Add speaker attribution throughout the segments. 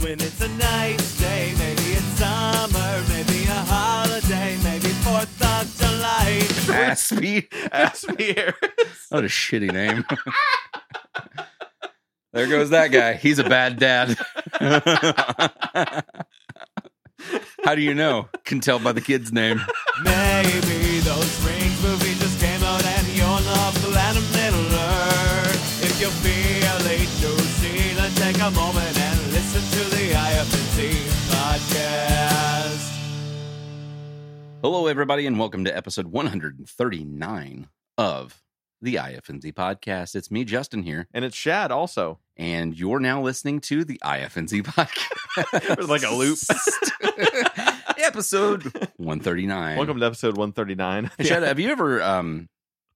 Speaker 1: When it's a nice day, maybe it's summer, maybe a holiday, maybe 4th of July.
Speaker 2: Aspie.
Speaker 1: Aspier.
Speaker 2: What a shitty name. there goes that guy. He's a bad dad. How do you know? Can tell by the kid's name.
Speaker 1: maybe those rings movies just came out and you're not glad I'm little If you feel late to see, then take a moment and listen to the IFNC podcast.
Speaker 2: Hello, everybody, and welcome to episode 139 of the IFNZ podcast. It's me, Justin, here,
Speaker 3: and it's Shad also.
Speaker 2: and you're now listening to the IFNZ
Speaker 3: It was
Speaker 2: podcast.
Speaker 3: like a loop.
Speaker 2: episode 139.
Speaker 3: Welcome to episode 139.
Speaker 2: Hey, Shad, have you ever um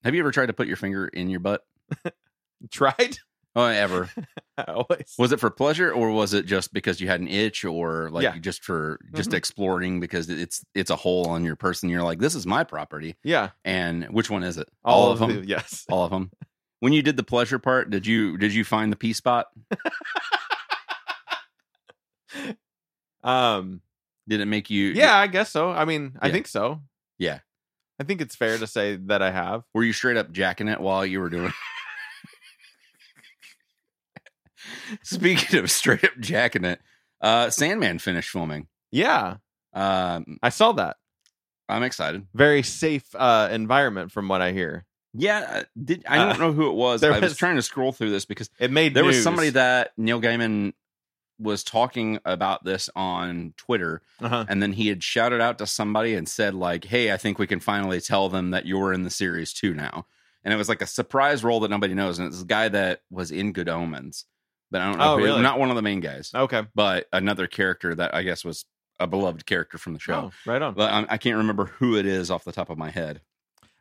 Speaker 2: have you ever tried to put your finger in your butt?
Speaker 3: Tried?
Speaker 2: Oh, ever.
Speaker 3: I always.
Speaker 2: Was it for pleasure or was it just because you had an itch or like
Speaker 3: Yeah.
Speaker 2: just for just
Speaker 3: Mhm.
Speaker 2: exploring because it's it's a hole on your person. You're like, this is my property.
Speaker 3: Yeah.
Speaker 2: And which one is it?
Speaker 3: All, of, them. yes.
Speaker 2: all of them. When you did the pleasure part, did you did you find the pee spot?
Speaker 3: Um.
Speaker 2: Did it make you?
Speaker 3: Yeah, I guess so. I mean, I
Speaker 2: Yeah.
Speaker 3: think so.
Speaker 2: Yeah.
Speaker 3: I think it's fair to say that I have.
Speaker 2: Were you straight up jacking it while you were doing? it? Speaking of straight up jacking it, uh, Sandman finished filming.
Speaker 3: Yeah,
Speaker 2: Um,
Speaker 3: I saw that.
Speaker 2: I'm excited.
Speaker 3: Very safe uh, environment, from what I hear.
Speaker 2: Yeah, I did I don't
Speaker 3: Uh,
Speaker 2: know who it was.
Speaker 3: there
Speaker 2: I was
Speaker 3: was-
Speaker 2: trying to scroll through this because.
Speaker 3: It made
Speaker 2: there was
Speaker 3: news.
Speaker 2: somebody that Neil Gaiman was talking about this on Twitter,
Speaker 3: Uh-huh.
Speaker 2: and then he had shouted out to somebody and said, like, hey, I think we can finally tell them that you're in the series too now. And it was like a surprise role that nobody knows. And it's a guy that was in Good Omens, but I don't know.
Speaker 3: Oh,
Speaker 2: who-
Speaker 3: really? Uh.
Speaker 2: Not one of the main guys,
Speaker 3: Okay.
Speaker 2: but another character that I guess was a beloved character from the show.
Speaker 3: Oh, right on.
Speaker 2: But um, I, I can't remember who it is off the top of my head.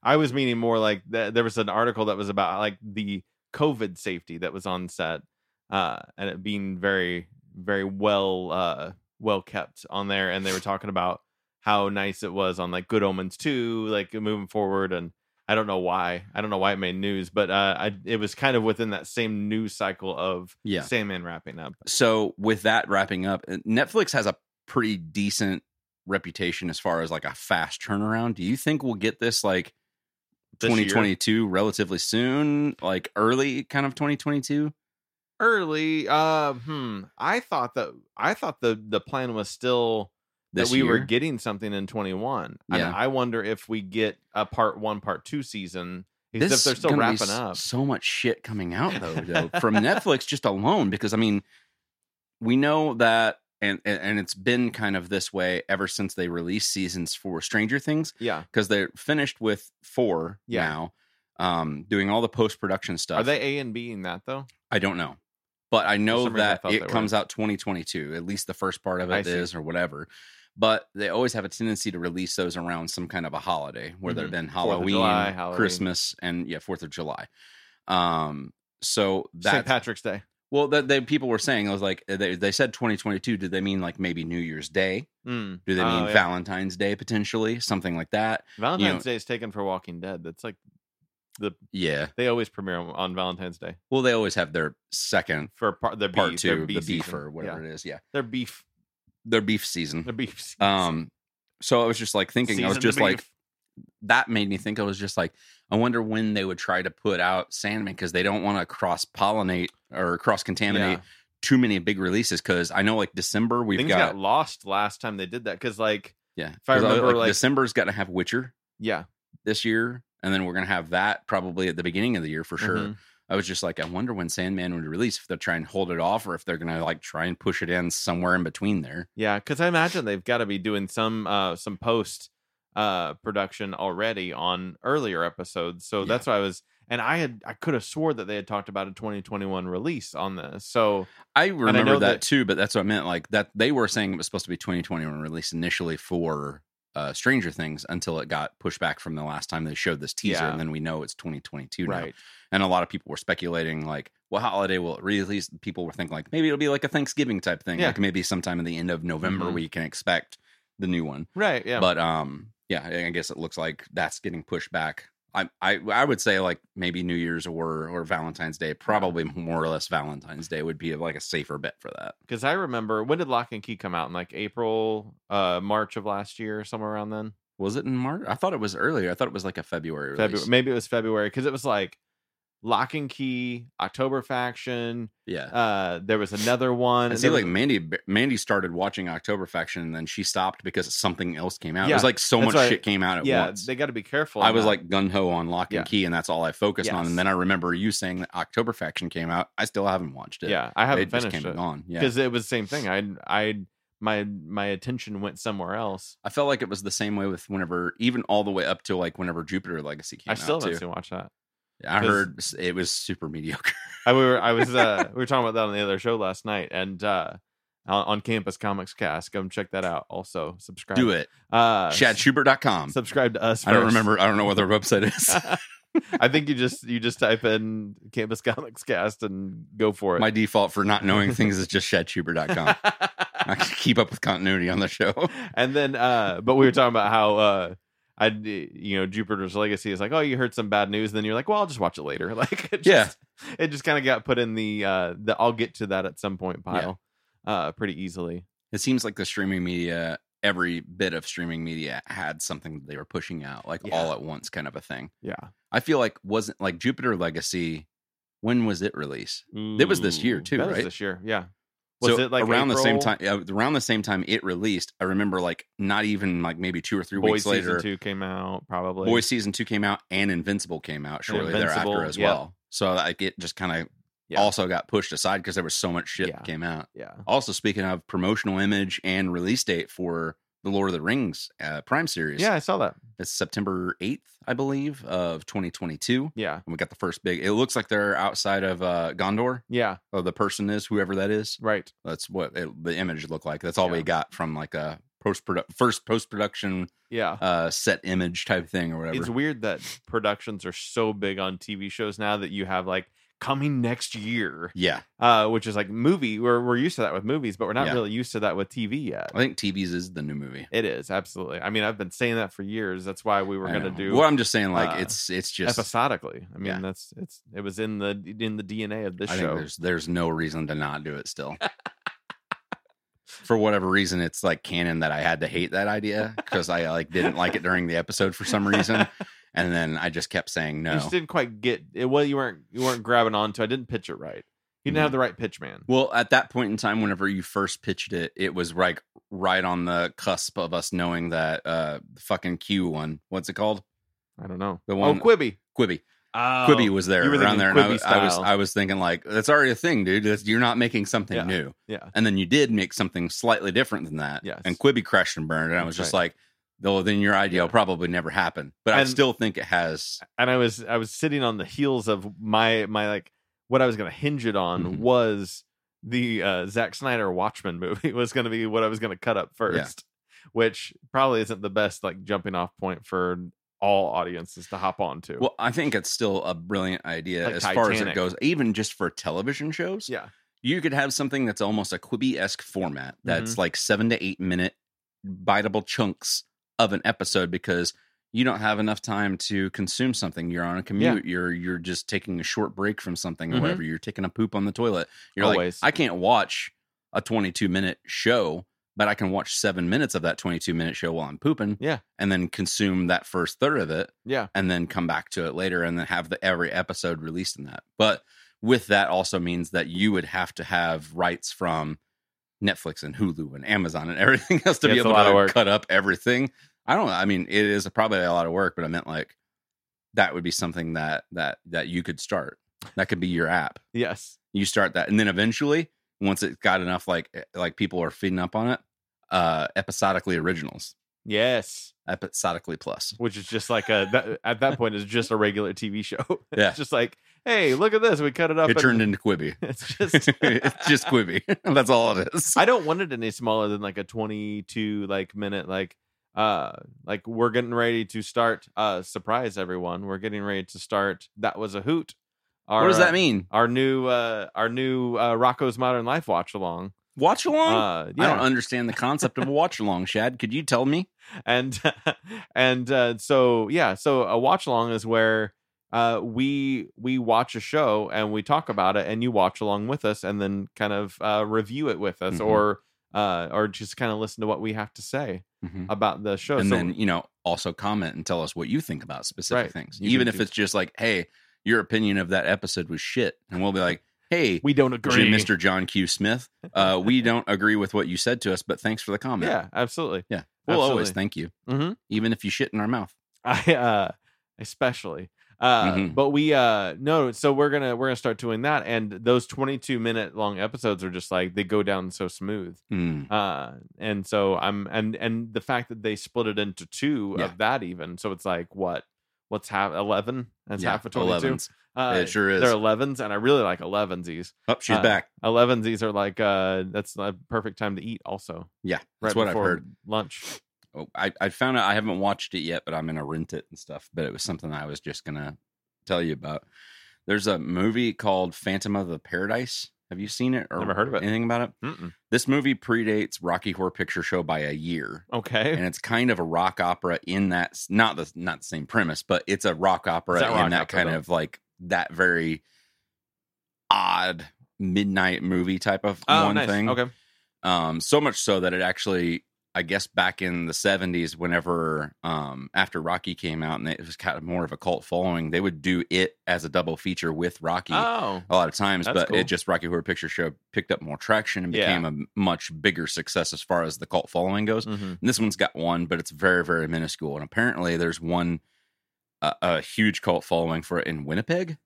Speaker 3: I was meaning more like th- there was an article that was about like the COVID safety that was on set, uh, and it being very, very well, uh, well kept on there. And they were talking about how nice it was on like Good Omens too, like moving forward. And I don't know why, I don't know why it made news, but uh, I, it was kind of within that same news cycle of
Speaker 2: Yeah.
Speaker 3: Sandman wrapping up.
Speaker 2: so with that wrapping up uh, netflix has a pretty decent reputation as far as like a fast turnaround do you think we'll get this like
Speaker 3: This year.
Speaker 2: 2022 relatively soon like early kind of 2022
Speaker 3: early. Uh, hmm. I thought that I thought the the plan was still
Speaker 2: this
Speaker 3: that we were
Speaker 2: year?
Speaker 3: getting something in 21.
Speaker 2: Yeah.
Speaker 3: And I wonder if we get a part one, part two season because
Speaker 2: This
Speaker 3: if they're
Speaker 2: is
Speaker 3: still
Speaker 2: gonna be
Speaker 3: wrapping
Speaker 2: s-
Speaker 3: up.
Speaker 2: so much shit coming out though, though from netflix just alone because i mean we know that and, and and it's been kind of this way ever since they released seasons for stranger things
Speaker 3: Yeah.
Speaker 2: because they're finished with four
Speaker 3: Yeah.
Speaker 2: now, um, doing all the post production stuff.
Speaker 3: Are they A and B in that though?
Speaker 2: I don't know, but I know
Speaker 3: some reason I
Speaker 2: that
Speaker 3: thought they
Speaker 2: it
Speaker 3: were.
Speaker 2: comes out 2022. At least the first part of
Speaker 3: I
Speaker 2: it
Speaker 3: see.
Speaker 2: is, or whatever. But they always have a tendency to release those around some kind of a holiday, whether
Speaker 3: Mhm.
Speaker 2: then
Speaker 3: Fourth of
Speaker 2: Halloween,
Speaker 3: July, Halloween.
Speaker 2: Christmas, and yeah, Fourth of July. Um, so
Speaker 3: St.
Speaker 2: that
Speaker 3: Patrick's Day.
Speaker 2: well, that they, people were saying, I was like, uh, they, they said 2022. Did they mean like maybe New Year's Day?
Speaker 3: Mm.
Speaker 2: Do they
Speaker 3: Oh,
Speaker 2: mean
Speaker 3: yeah.
Speaker 2: Valentine's Day potentially? Something like that?
Speaker 3: Valentine's Day is taken for Walking Dead. That's like
Speaker 2: Yeah.
Speaker 3: they always premiere on, on Valentine's Day
Speaker 2: Well, they always have their second
Speaker 3: for part their
Speaker 2: part
Speaker 3: beef, their
Speaker 2: two,
Speaker 3: beef
Speaker 2: the beef
Speaker 3: season.
Speaker 2: or whatever
Speaker 3: Yeah.
Speaker 2: it is. Yeah,
Speaker 3: Their beef,
Speaker 2: their beef season.
Speaker 3: their beef. season.
Speaker 2: Um, so I was just like thinking, I was
Speaker 3: Season
Speaker 2: just
Speaker 3: beef.
Speaker 2: like that made me think. I was just like, I wonder when they would try to put out Sandman because they don't want to cross pollinate or cross contaminate
Speaker 3: Yeah.
Speaker 2: too many big releases. Because I know like December we've
Speaker 3: Things
Speaker 2: got,
Speaker 3: got lost last time they did that because like
Speaker 2: yeah.
Speaker 3: I
Speaker 2: 'Cause uh,
Speaker 3: remember, like-
Speaker 2: December's got to have Witcher
Speaker 3: yeah
Speaker 2: this year, and then we're gonna have that probably at the beginning of the year for sure.
Speaker 3: mhm.
Speaker 2: I was just like, I wonder when Sandman would release if they're trying to hold it off or if they're gonna like try and push it in somewhere in between there.
Speaker 3: Yeah, because I imagine they've got to be doing some uh some post uh production already on earlier episodes. So
Speaker 2: Yeah.
Speaker 3: that's why I was and I had I could have swore that they had talked about a 2021 release on this. So
Speaker 2: I
Speaker 3: I
Speaker 2: remember
Speaker 3: know
Speaker 2: that,
Speaker 3: that-
Speaker 2: too, but that's what I meant. Like that they were saying it was supposed to be 2021 release initially for uh, Stranger Things until it got pushed back from the last time they showed this teaser,
Speaker 3: Yeah.
Speaker 2: and then we know it's 2022 now. And a lot of people were speculating like, what holiday will it release? People were thinking like maybe it'll be like a Thanksgiving type thing,
Speaker 3: Yeah.
Speaker 2: like maybe sometime in the end of November
Speaker 3: Mhm.
Speaker 2: we can expect the new one.
Speaker 3: Right, yeah.
Speaker 2: But um, yeah, I guess it looks like that's getting pushed back I, I I would say like maybe New Year's or or Valentine's Day, probably more or less Valentine's Day would be like a safer bet for that.
Speaker 3: Because I remember when did Lock and Key come out in like April, uh, March of last year, somewhere around then.
Speaker 2: Was it in March? I thought it was earlier. I thought it was like a February release.
Speaker 3: February, maybe it was February because it was like Lock and Key, October Faction.
Speaker 2: Yeah.
Speaker 3: Uh, there was another one.
Speaker 2: I
Speaker 3: and
Speaker 2: see,
Speaker 3: there was-
Speaker 2: like Mandy, Mandy started watching October Faction, and then she stopped because something else came out. it
Speaker 3: Yeah,
Speaker 2: was like so
Speaker 3: that's
Speaker 2: much
Speaker 3: right.
Speaker 2: shit came out at
Speaker 3: yeah,
Speaker 2: once.
Speaker 3: they got to be careful.
Speaker 2: I
Speaker 3: on
Speaker 2: was
Speaker 3: that.
Speaker 2: like gun ho on Lock and
Speaker 3: Yeah.
Speaker 2: Key, and that's all I focused on.
Speaker 3: Yes.
Speaker 2: And then I remember you saying that October Faction came out. I still haven't watched it.
Speaker 3: yeah, I haven't
Speaker 2: it just
Speaker 3: finished
Speaker 2: came
Speaker 3: it
Speaker 2: and gone. Yeah,
Speaker 3: because it was the same thing. I, I, my, my attention went somewhere else.
Speaker 2: I felt like it was the same way with whenever, even all the way up to like whenever Jupiter Legacy came
Speaker 3: I still
Speaker 2: out.
Speaker 3: haven't
Speaker 2: Too.
Speaker 3: seen watch that.
Speaker 2: I
Speaker 3: 'cause-
Speaker 2: heard s- it was super mediocre.
Speaker 3: I we were I was uh we were talking about that on the other show last night and uh on, on Campus Comics Cast. Come check that out. Also subscribe.
Speaker 2: Do it.
Speaker 3: Uh
Speaker 2: ChadSchubert.com.
Speaker 3: subscribe to us.
Speaker 2: I don't
Speaker 3: first.
Speaker 2: remember. I don't know what their website is.
Speaker 3: I think you just you just type in Campus Comics Cast and go for it.
Speaker 2: My default for not knowing things is just ChadSchubert.com. I can keep up with continuity on the show.
Speaker 3: and then uh but we were talking about how uh I you know Jupiter's Legacy is like oh you heard some bad news and then you're like well I'll just watch it later like it just,
Speaker 2: Yeah.
Speaker 3: it just kind of got put in the uh the I'll get to that at some point
Speaker 2: Yeah.
Speaker 3: pile uh pretty easily
Speaker 2: It seems like the streaming media, every bit of streaming media had something that they were pushing out, like
Speaker 3: Yeah.
Speaker 2: all at once kind of a thing.
Speaker 3: yeah
Speaker 2: I feel like wasn't like Jupiter Legacy, when was it released? It was this year,
Speaker 3: Ooh,
Speaker 2: too,
Speaker 3: that was
Speaker 2: right?
Speaker 3: this year, yeah. Was
Speaker 2: So
Speaker 3: it like
Speaker 2: around the same
Speaker 3: April?
Speaker 2: time? yeah, Around the same time it released, I remember like not even like maybe two or three
Speaker 3: Boy
Speaker 2: weeks
Speaker 3: season
Speaker 2: later,
Speaker 3: two came out probably.
Speaker 2: Boy season two came out and Invincible came out shortly
Speaker 3: Invincible,
Speaker 2: thereafter as
Speaker 3: yeah.
Speaker 2: well. So like it just kind of
Speaker 3: Yeah.
Speaker 2: also got pushed aside because there was so much shit that
Speaker 3: Yeah.
Speaker 2: came out.
Speaker 3: yeah,
Speaker 2: Also, speaking of promotional image and release date for the Lord of the Rings uh, Prime series,
Speaker 3: yeah, I saw that.
Speaker 2: it's September eighth, I believe, of 2022. And
Speaker 3: Yeah,
Speaker 2: we got the first big. It looks like they're outside of uh, Gondor,
Speaker 3: yeah,
Speaker 2: or the person is whoever that is.
Speaker 3: right.
Speaker 2: That's what it, the image looked like. That's all we
Speaker 3: Yeah.
Speaker 2: got from like a post product first post production
Speaker 3: Yeah,
Speaker 2: uh, set image type thing or whatever.
Speaker 3: it's weird that productions are so big on TV shows now that you have like coming next year,
Speaker 2: yeah,
Speaker 3: uh, which is like movie. We're we're used to that with movies, but we're not
Speaker 2: Yeah.
Speaker 3: really used to that with TV yet.
Speaker 2: I think TV's is the new movie.
Speaker 3: It is absolutely. I mean, I've been saying that for years. That's why we were
Speaker 2: I
Speaker 3: going to
Speaker 2: know.
Speaker 3: do
Speaker 2: Well, I'm just saying, like
Speaker 3: uh,
Speaker 2: it's it's just.
Speaker 3: episodically. I mean,
Speaker 2: Yeah.
Speaker 3: that's it's it was in the in the DNA of this
Speaker 2: I think
Speaker 3: show.
Speaker 2: there's there's no reason to not do it still. for whatever reason, it's like canon that I had to hate that idea because I like didn't like it during the episode for some reason, and then I just kept saying
Speaker 3: You
Speaker 2: no.
Speaker 3: just didn't quite get it. Well, you weren't you weren't grabbing onto. I didn't pitch it right. You didn't
Speaker 2: Mm-hmm.
Speaker 3: have the right pitch, man.
Speaker 2: Well, at that point in time, whenever you first pitched it, it was like right on the cusp of us knowing that uh the fucking Q one, what's it called?
Speaker 3: I don't know.
Speaker 2: The one-
Speaker 3: oh, Quibi.
Speaker 2: Quibi.
Speaker 3: Oh,
Speaker 2: Quibi was there
Speaker 3: you were
Speaker 2: around
Speaker 3: thinking
Speaker 2: there, and I,
Speaker 3: Quibi
Speaker 2: was- I was
Speaker 3: style.
Speaker 2: I was thinking like that's already a thing, dude. That's, you're not making something
Speaker 3: Yeah.
Speaker 2: new.
Speaker 3: Yeah.
Speaker 2: and then you did make something slightly different than that.
Speaker 3: Yes.
Speaker 2: and Quibi crashed and burned, and I was
Speaker 3: That's
Speaker 2: just like, "Though then your idea will
Speaker 3: Yeah.
Speaker 2: probably never happen." But I
Speaker 3: And-
Speaker 2: still think it has.
Speaker 3: And I was I was sitting on the heels of my my like what I was going to hinge it on
Speaker 2: Mhm.
Speaker 3: was the uh Zack Snyder Watchmen movie was going to be what I was going to cut up first, which probably isn't the best like jumping off point for all audiences to hop onto.
Speaker 2: Well, I think it's still a brilliant idea
Speaker 3: Like
Speaker 2: as far as it
Speaker 3: Titanic.
Speaker 2: goes, even just for television shows.
Speaker 3: yeah,
Speaker 2: You could have something that's almost a Quibi esque format that's
Speaker 3: Mm-hmm.
Speaker 2: like seven to eight minute biteable chunks of an episode because you don't have enough time to consume something. You're on a commute. You're you're just taking a short break from something or
Speaker 3: Mhm.
Speaker 2: whatever. You're taking a poop on the toilet. You're
Speaker 3: Always.
Speaker 2: like, I can't watch a 22 minute show, but I can watch seven minutes of that 22 minute show while I'm pooping.
Speaker 3: Yeah.
Speaker 2: and then consume that first third of it
Speaker 3: yeah,
Speaker 2: and then come back to it later and then have the every episode released in that. But with that also means that you would have to have rights from Netflix and Hulu and Amazon and everything else to
Speaker 3: Yeah,
Speaker 2: be
Speaker 3: it's a
Speaker 2: able
Speaker 3: lot of
Speaker 2: to
Speaker 3: work.
Speaker 2: cut up everything. I don't I mean it is probably a lot of work, but I meant like that would be something that that that you could start. That could be your app.
Speaker 3: yes,
Speaker 2: You start that and then eventually once it got enough like eh, like people are feeding up on it, uh episodically originals,
Speaker 3: yes.
Speaker 2: episodically plus.
Speaker 3: which is just like a that, at that point is just a regular TV show.
Speaker 2: Yeah.
Speaker 3: it's just like, hey, look at this. We cut it up.
Speaker 2: It
Speaker 3: and-
Speaker 2: turned into Quibi.
Speaker 3: It's just.
Speaker 2: it's just Quibi. That's all it is.
Speaker 3: I don't want it any smaller than like a twenty-two like minute like uh like we're getting ready to start uh surprise everyone we're getting ready to start that was a hoot our,
Speaker 2: what does
Speaker 3: uh,
Speaker 2: that mean?
Speaker 3: our new uh our new uh rocco's modern life watch along
Speaker 2: watch along.
Speaker 3: Uh,
Speaker 2: I
Speaker 3: yeah.
Speaker 2: don't understand the concept of a watch along, Shad. Could you tell me?
Speaker 3: and and uh, so yeah so a watch along is where uh, we we watch a show and we talk about it and you watch along with us and then kind of uh, review it with us
Speaker 2: Mhm.
Speaker 3: or uh, or just kind of listen to what we have to say
Speaker 2: Mm-hmm.
Speaker 3: about the show
Speaker 2: And
Speaker 3: Oh, So-
Speaker 2: then, you know, also comment and tell us what you think about specific
Speaker 3: Right.
Speaker 2: things.
Speaker 3: You
Speaker 2: Even
Speaker 3: can
Speaker 2: if
Speaker 3: do-
Speaker 2: it's just like, hey, your opinion of that episode was shit. And we'll be like, hey,
Speaker 3: we don't
Speaker 2: Jim- Mr. John Q. Smith, uh, we don't agree with what you said to us, but thanks for the comment.
Speaker 3: yeah absolutely
Speaker 2: Yeah. We'll always
Speaker 3: Absolutely.
Speaker 2: thank you,
Speaker 3: mm-hmm.
Speaker 2: even if you shit in our mouth.
Speaker 3: I uh especially. Uh
Speaker 2: Mhm.
Speaker 3: but we uh no, so we're gonna we're gonna start doing that. And those 22 minute long episodes are just like they go down so smooth.
Speaker 2: Mm.
Speaker 3: Uh and so I'm and and the fact that they split it into two
Speaker 2: Yeah.
Speaker 3: of that even, so it's like what what's half eleven? That's half of 22.
Speaker 2: 11s.
Speaker 3: Uh
Speaker 2: it sure is.
Speaker 3: they're elevens, and I really like elevensies.
Speaker 2: oh, she's
Speaker 3: uh,
Speaker 2: back.
Speaker 3: Elevensies are like uh that's a perfect time to eat also.
Speaker 2: Yeah. That's what I've
Speaker 3: before
Speaker 2: heard.
Speaker 3: Lunch.
Speaker 2: Oh, I, I found out I haven't watched it yet, but I'm gonna rent it and stuff. But it was something I was just gonna tell you about. There's a movie called Phantom of the Paradise. Have you seen it or
Speaker 3: Never heard of it.
Speaker 2: anything about it?
Speaker 3: Mm-mm.
Speaker 2: This movie predates Rocky Horror Picture Show by a year,
Speaker 3: Okay.
Speaker 2: and it's kind of a rock opera in that s- not the not the same premise, but it's a rock opera
Speaker 3: that
Speaker 2: in
Speaker 3: rock
Speaker 2: that
Speaker 3: opera,
Speaker 2: kind
Speaker 3: though?
Speaker 2: of like that very odd midnight movie type of
Speaker 3: Oh,
Speaker 2: one
Speaker 3: nice.
Speaker 2: thing.
Speaker 3: Okay.
Speaker 2: Um, so much so that it actually, I guess, back in the '70s, whenever um, after Rocky came out and it was kind of more of a cult following, they would do it as a double feature with Rocky
Speaker 3: Oh.
Speaker 2: a lot of times.
Speaker 3: That's
Speaker 2: But
Speaker 3: cool.
Speaker 2: it just Rocky Horror Picture Show picked up more traction and
Speaker 3: Yeah.
Speaker 2: became a much bigger success as far as the cult following goes.
Speaker 3: Mhm.
Speaker 2: And this one's got one, but it's very, very minuscule. And apparently, there's one uh, a huge cult following for it in Winnipeg.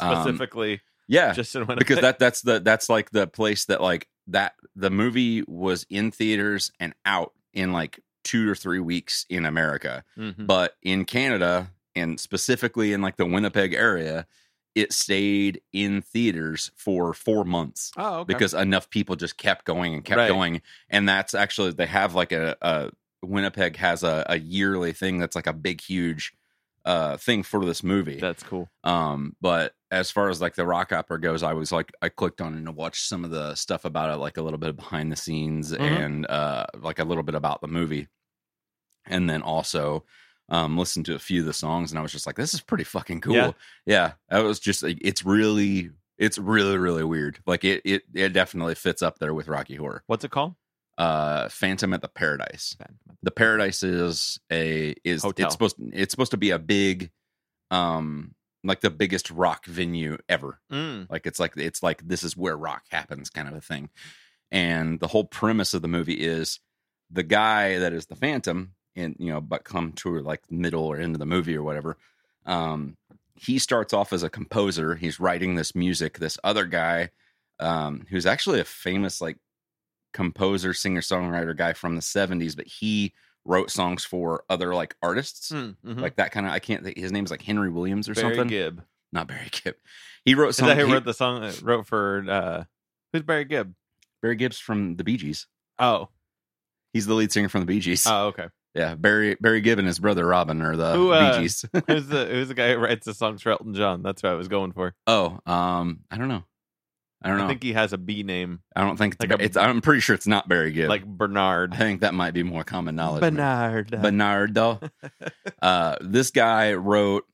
Speaker 2: Um,
Speaker 3: Specifically,
Speaker 2: Yeah,
Speaker 3: just in Winnipeg.
Speaker 2: because that that's the that's like the place that like that the movie was in theaters and out in like two or three weeks in America,
Speaker 3: Mhm.
Speaker 2: but in Canada and specifically in like the Winnipeg area, it stayed in theaters for four months
Speaker 3: oh, okay.
Speaker 2: because enough people just kept going and kept
Speaker 3: Right.
Speaker 2: going, and that's actually they have like a, a Winnipeg has a, a yearly thing that's like a big huge uh thing for this movie.
Speaker 3: that's cool.
Speaker 2: Um, but as far as like the rock opera goes, I was like, I clicked on and watched some of the stuff about it, like a little bit of behind the scenes
Speaker 3: Mhm.
Speaker 2: and uh, like a little bit about the movie, and then also um, listened to a few of the songs, and I was just like, this is pretty fucking cool.
Speaker 3: Yeah.
Speaker 2: Yeah, that was just like, it's really, it's really, really weird. Like it, it, it definitely fits up there with Rocky Horror.
Speaker 3: What's it called?
Speaker 2: Uh, Phantom at the Paradise the paradise is a is
Speaker 3: Hotel.
Speaker 2: it's supposed it's supposed to be a big um like the biggest rock venue ever
Speaker 3: Mm.
Speaker 2: like it's like it's like this is where rock happens kind of a thing and the whole premise of the movie is the guy that is the phantom and you know but come to like middle or end of the movie or whatever um he starts off as a composer he's writing this music this other guy um who's actually a famous like composer singer songwriter guy from the 70s but he wrote songs for other like artists
Speaker 3: Mm. mhm.
Speaker 2: like that kind of i can't think his name's like henry williams or
Speaker 3: Barry
Speaker 2: something
Speaker 3: Gibb.
Speaker 2: not barry gibb he wrote
Speaker 3: Is
Speaker 2: some
Speaker 3: that who
Speaker 2: he-
Speaker 3: wrote the song? That wrote for uh, who's Barry Gibb?
Speaker 2: Barry Gibbs from the Bee Gees.
Speaker 3: Oh,
Speaker 2: He's the lead singer from the Bee Gees.
Speaker 3: oh, okay.
Speaker 2: yeah, Barry Barry Gibb and his brother Robin are the
Speaker 3: Who, uh,
Speaker 2: Bee Gees.
Speaker 3: who's the who's the guy who writes the songs for Elton John? That's what I was going for.
Speaker 2: oh, um, I don't know. I don't know.
Speaker 3: I think he has a B name
Speaker 2: I don't think it's,
Speaker 3: like
Speaker 2: Bar-
Speaker 3: a-
Speaker 2: it's. I'm pretty sure it's not Barry Gibb.
Speaker 3: like
Speaker 2: I
Speaker 3: Bernard.
Speaker 2: think that might be more common knowledge. man.
Speaker 3: Bernard.
Speaker 2: Bernardo. uh, this guy wrote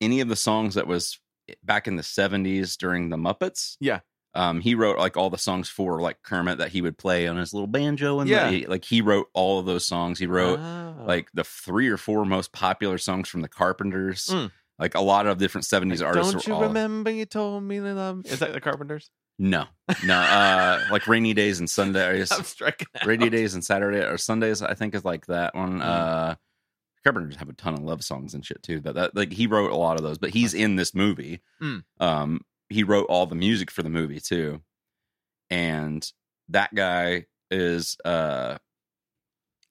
Speaker 2: any of the songs that was back in the 70s during the Muppets.
Speaker 3: Yeah.
Speaker 2: Um, he wrote like all the songs for like Kermit that he would play on his little banjo and
Speaker 3: Yeah.
Speaker 2: the- like he wrote all of those songs. He wrote
Speaker 3: Oh.
Speaker 2: like the three or four most popular songs from the Carpenters.
Speaker 3: Mm.
Speaker 2: Like a lot of different '70s artists.
Speaker 3: Don't
Speaker 2: were
Speaker 3: you
Speaker 2: all,
Speaker 3: remember you told me that I'm? Is that the Carpenters?
Speaker 2: No, no. Uh, like rainy days and Sundays,
Speaker 3: I'm striking. out.
Speaker 2: rainy days and Saturday or Sundays. I think is like that
Speaker 3: Mm.
Speaker 2: one. Uh, Carpenters have a ton of love songs and shit too. But that like he wrote a lot of those. But he's in this movie.
Speaker 3: Mm.
Speaker 2: Um, he wrote all the music for the movie too, and that guy is uh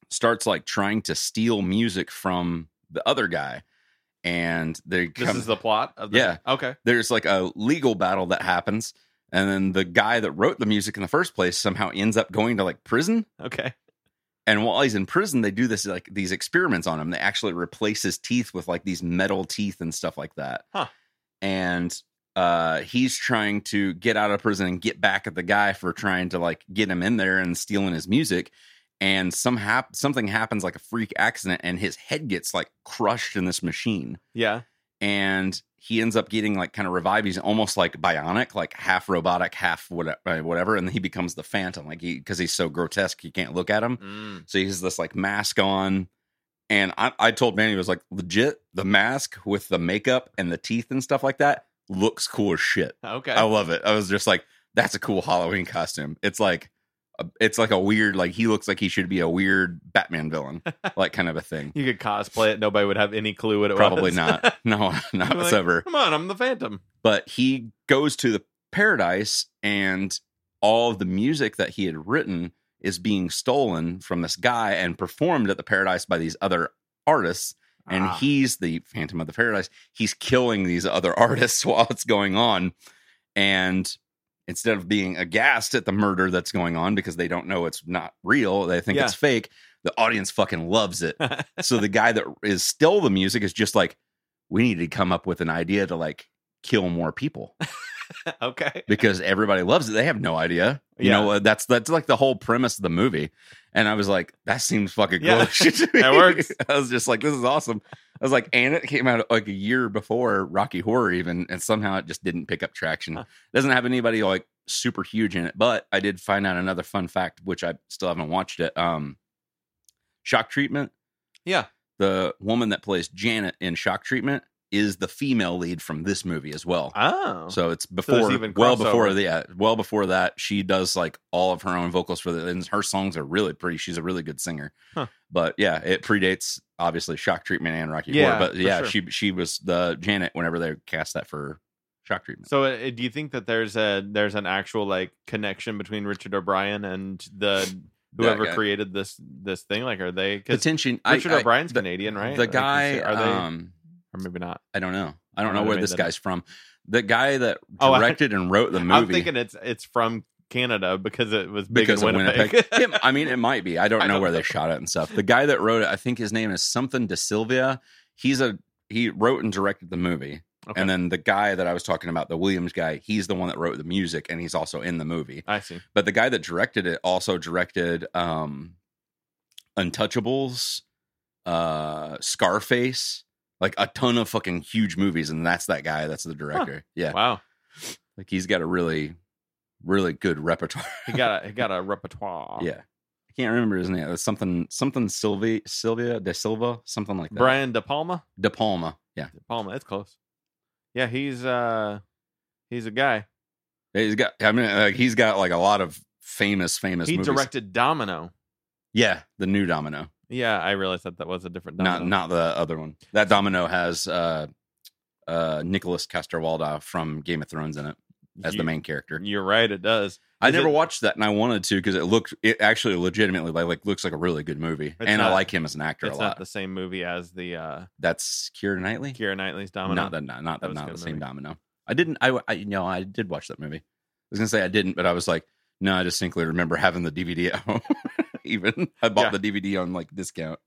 Speaker 2: starts like trying to steal music from the other guy and they
Speaker 3: This
Speaker 2: come-
Speaker 3: is the plot of the
Speaker 2: Yeah.
Speaker 3: Okay.
Speaker 2: there's like a legal battle that happens and then the guy that wrote the music in the first place somehow ends up going to like prison
Speaker 3: Okay.
Speaker 2: and while he's in prison they do this like these experiments on him they actually replace his teeth with like these metal teeth and stuff like that
Speaker 3: Huh.
Speaker 2: and uh, he's trying to get out of prison and get back at the guy for trying to like get him in there and stealing his music. And some hap- something happens like a freak accident, and his head gets like crushed in this machine,
Speaker 3: Yeah.
Speaker 2: and he ends up getting like kind of revived. He's almost like bionic, like half robotic, half whatever, whatever. And he becomes the Phantom, like he because he's so grotesque, you can't look at him.
Speaker 3: Mm,
Speaker 2: So he has this like mask on. And I, I told Manny, it was like, legit, the mask with the makeup and the teeth and stuff like that looks cool as shit.
Speaker 3: Okay.
Speaker 2: I love it. I was just like, that's a cool Halloween costume. It's like, it's like a weird, like he looks like he should be a weird Batman villain, like kind of a thing.
Speaker 3: You could cosplay it. Nobody would have any clue what it was.
Speaker 2: Probably not. No, not
Speaker 3: Like-
Speaker 2: whatsoever.
Speaker 3: Come on, I'm the Phantom.
Speaker 2: but he goes to the paradise and all of the music that he had written is being stolen from this guy and performed at the paradise by these other artists and
Speaker 3: Ah.
Speaker 2: he's the phantom of the paradise he's killing these other artists while it's going on and instead of being aghast at the murder that's going on because they don't know it's not real they think
Speaker 3: Yeah.
Speaker 2: it's fake the audience fucking loves it so the guy that is still the music is just like we need to come up with an idea to like kill more people
Speaker 3: okay.
Speaker 2: because everybody loves it they have no idea you
Speaker 3: Yeah.
Speaker 2: know uh, that's that's like the whole premise of the movie and i was like that seems fucking cool
Speaker 3: Yeah.
Speaker 2: to me.
Speaker 3: That works.
Speaker 2: i was just like this is awesome i was like and it came out like a year before rocky horror even and somehow it just didn't pick up traction
Speaker 3: Huh.
Speaker 2: doesn't have anybody like super huge in it but i did find out another fun fact which i still haven't watched it um shock treatment
Speaker 3: Yeah.
Speaker 2: the woman that plays Janet in Shock Treatment is the female lead from this movie as well.
Speaker 3: Oh.
Speaker 2: So it's before,
Speaker 3: even
Speaker 2: well before
Speaker 3: crossover.
Speaker 2: the, yeah, well before that, she does like all of her own vocals for the, and her songs are really pretty. She's a really good singer.
Speaker 3: Huh.
Speaker 2: But yeah, it predates obviously Shock Treatment and Rocky
Speaker 3: Yeah,
Speaker 2: Horror. But
Speaker 3: for
Speaker 2: yeah,
Speaker 3: sure.
Speaker 2: she she was the Janet whenever they cast that for Shock Treatment.
Speaker 3: So, uh, do you think that there's a there's an actual like connection between Richard O'Brien and the whoever
Speaker 2: guy.
Speaker 3: created this this thing? Like, are they? Because
Speaker 2: Attention, I-
Speaker 3: Richard
Speaker 2: I-
Speaker 3: O'Brien's
Speaker 2: the-
Speaker 3: Canadian, right?
Speaker 2: The
Speaker 3: Like, is-
Speaker 2: guy,
Speaker 3: are they?
Speaker 2: um,
Speaker 3: or maybe not.
Speaker 2: I don't know. I don't
Speaker 3: I
Speaker 2: know
Speaker 3: would've
Speaker 2: where
Speaker 3: made
Speaker 2: this
Speaker 3: that up.
Speaker 2: guy's from. The guy that
Speaker 3: Oh, I-
Speaker 2: directed and wrote the movie.
Speaker 3: I'm thinking it's it's from Canada because it was big
Speaker 2: because
Speaker 3: in
Speaker 2: of
Speaker 3: Winnipeg.
Speaker 2: Winnipeg. It- I mean, it might be. I don't
Speaker 3: I
Speaker 2: know
Speaker 3: don't
Speaker 2: where
Speaker 3: know.
Speaker 2: they shot it and stuff. The guy that wrote it, I think his name is something De Silvia. He's a he wrote and directed the movie,
Speaker 3: Okay.
Speaker 2: and then the guy that I was talking about, the Williams guy, he's the one that wrote the music, and he's also in the movie.
Speaker 3: I see.
Speaker 2: But the guy that directed it also directed um, Untouchables, uh, Scarface, like a ton of fucking huge movies, and that's that guy. That's the director. Yeah,
Speaker 3: Wow,
Speaker 2: like he's got a really, really good repertoire.
Speaker 3: he got a, he got a repertoire.
Speaker 2: Yeah. I can't remember his name. It's something something Sylvie Sylvia De Silva, something like that.
Speaker 3: Brian De Palma.
Speaker 2: De Palma. Yeah.
Speaker 3: De Palma. It's close. Yeah, he's uh he's a guy.
Speaker 2: He's got I mean like he's got like a lot of famous famous
Speaker 3: He
Speaker 2: movies.
Speaker 3: directed Domino.
Speaker 2: yeah, the new Domino.
Speaker 3: Yeah, I realized that that was a different Domino.
Speaker 2: Not not the other one. That Domino has uh uh Nicholas Castor Waldau from Game of Thrones in it as
Speaker 3: You-
Speaker 2: the main character.
Speaker 3: You're right. It does.
Speaker 2: I
Speaker 3: Is
Speaker 2: never
Speaker 3: it-
Speaker 2: watched that and I wanted to because it looked it actually legitimately like, like looks like a really good movie. And I
Speaker 3: not-
Speaker 2: like him as an actor a
Speaker 3: It's not
Speaker 2: lot.
Speaker 3: the same movie as the uh
Speaker 2: That's Keira Knightley.
Speaker 3: Keira Knightley's Domino.
Speaker 2: Not the not, not,
Speaker 3: That
Speaker 2: the
Speaker 3: was a
Speaker 2: not the
Speaker 3: good
Speaker 2: same
Speaker 3: movie.
Speaker 2: Domino. I didn't. I, I you know I did watch that movie. I was gonna say I didn't, but I was like, no, I distinctly remember having the DVD at home. even I bought
Speaker 3: Yeah.
Speaker 2: the DVD on like discount.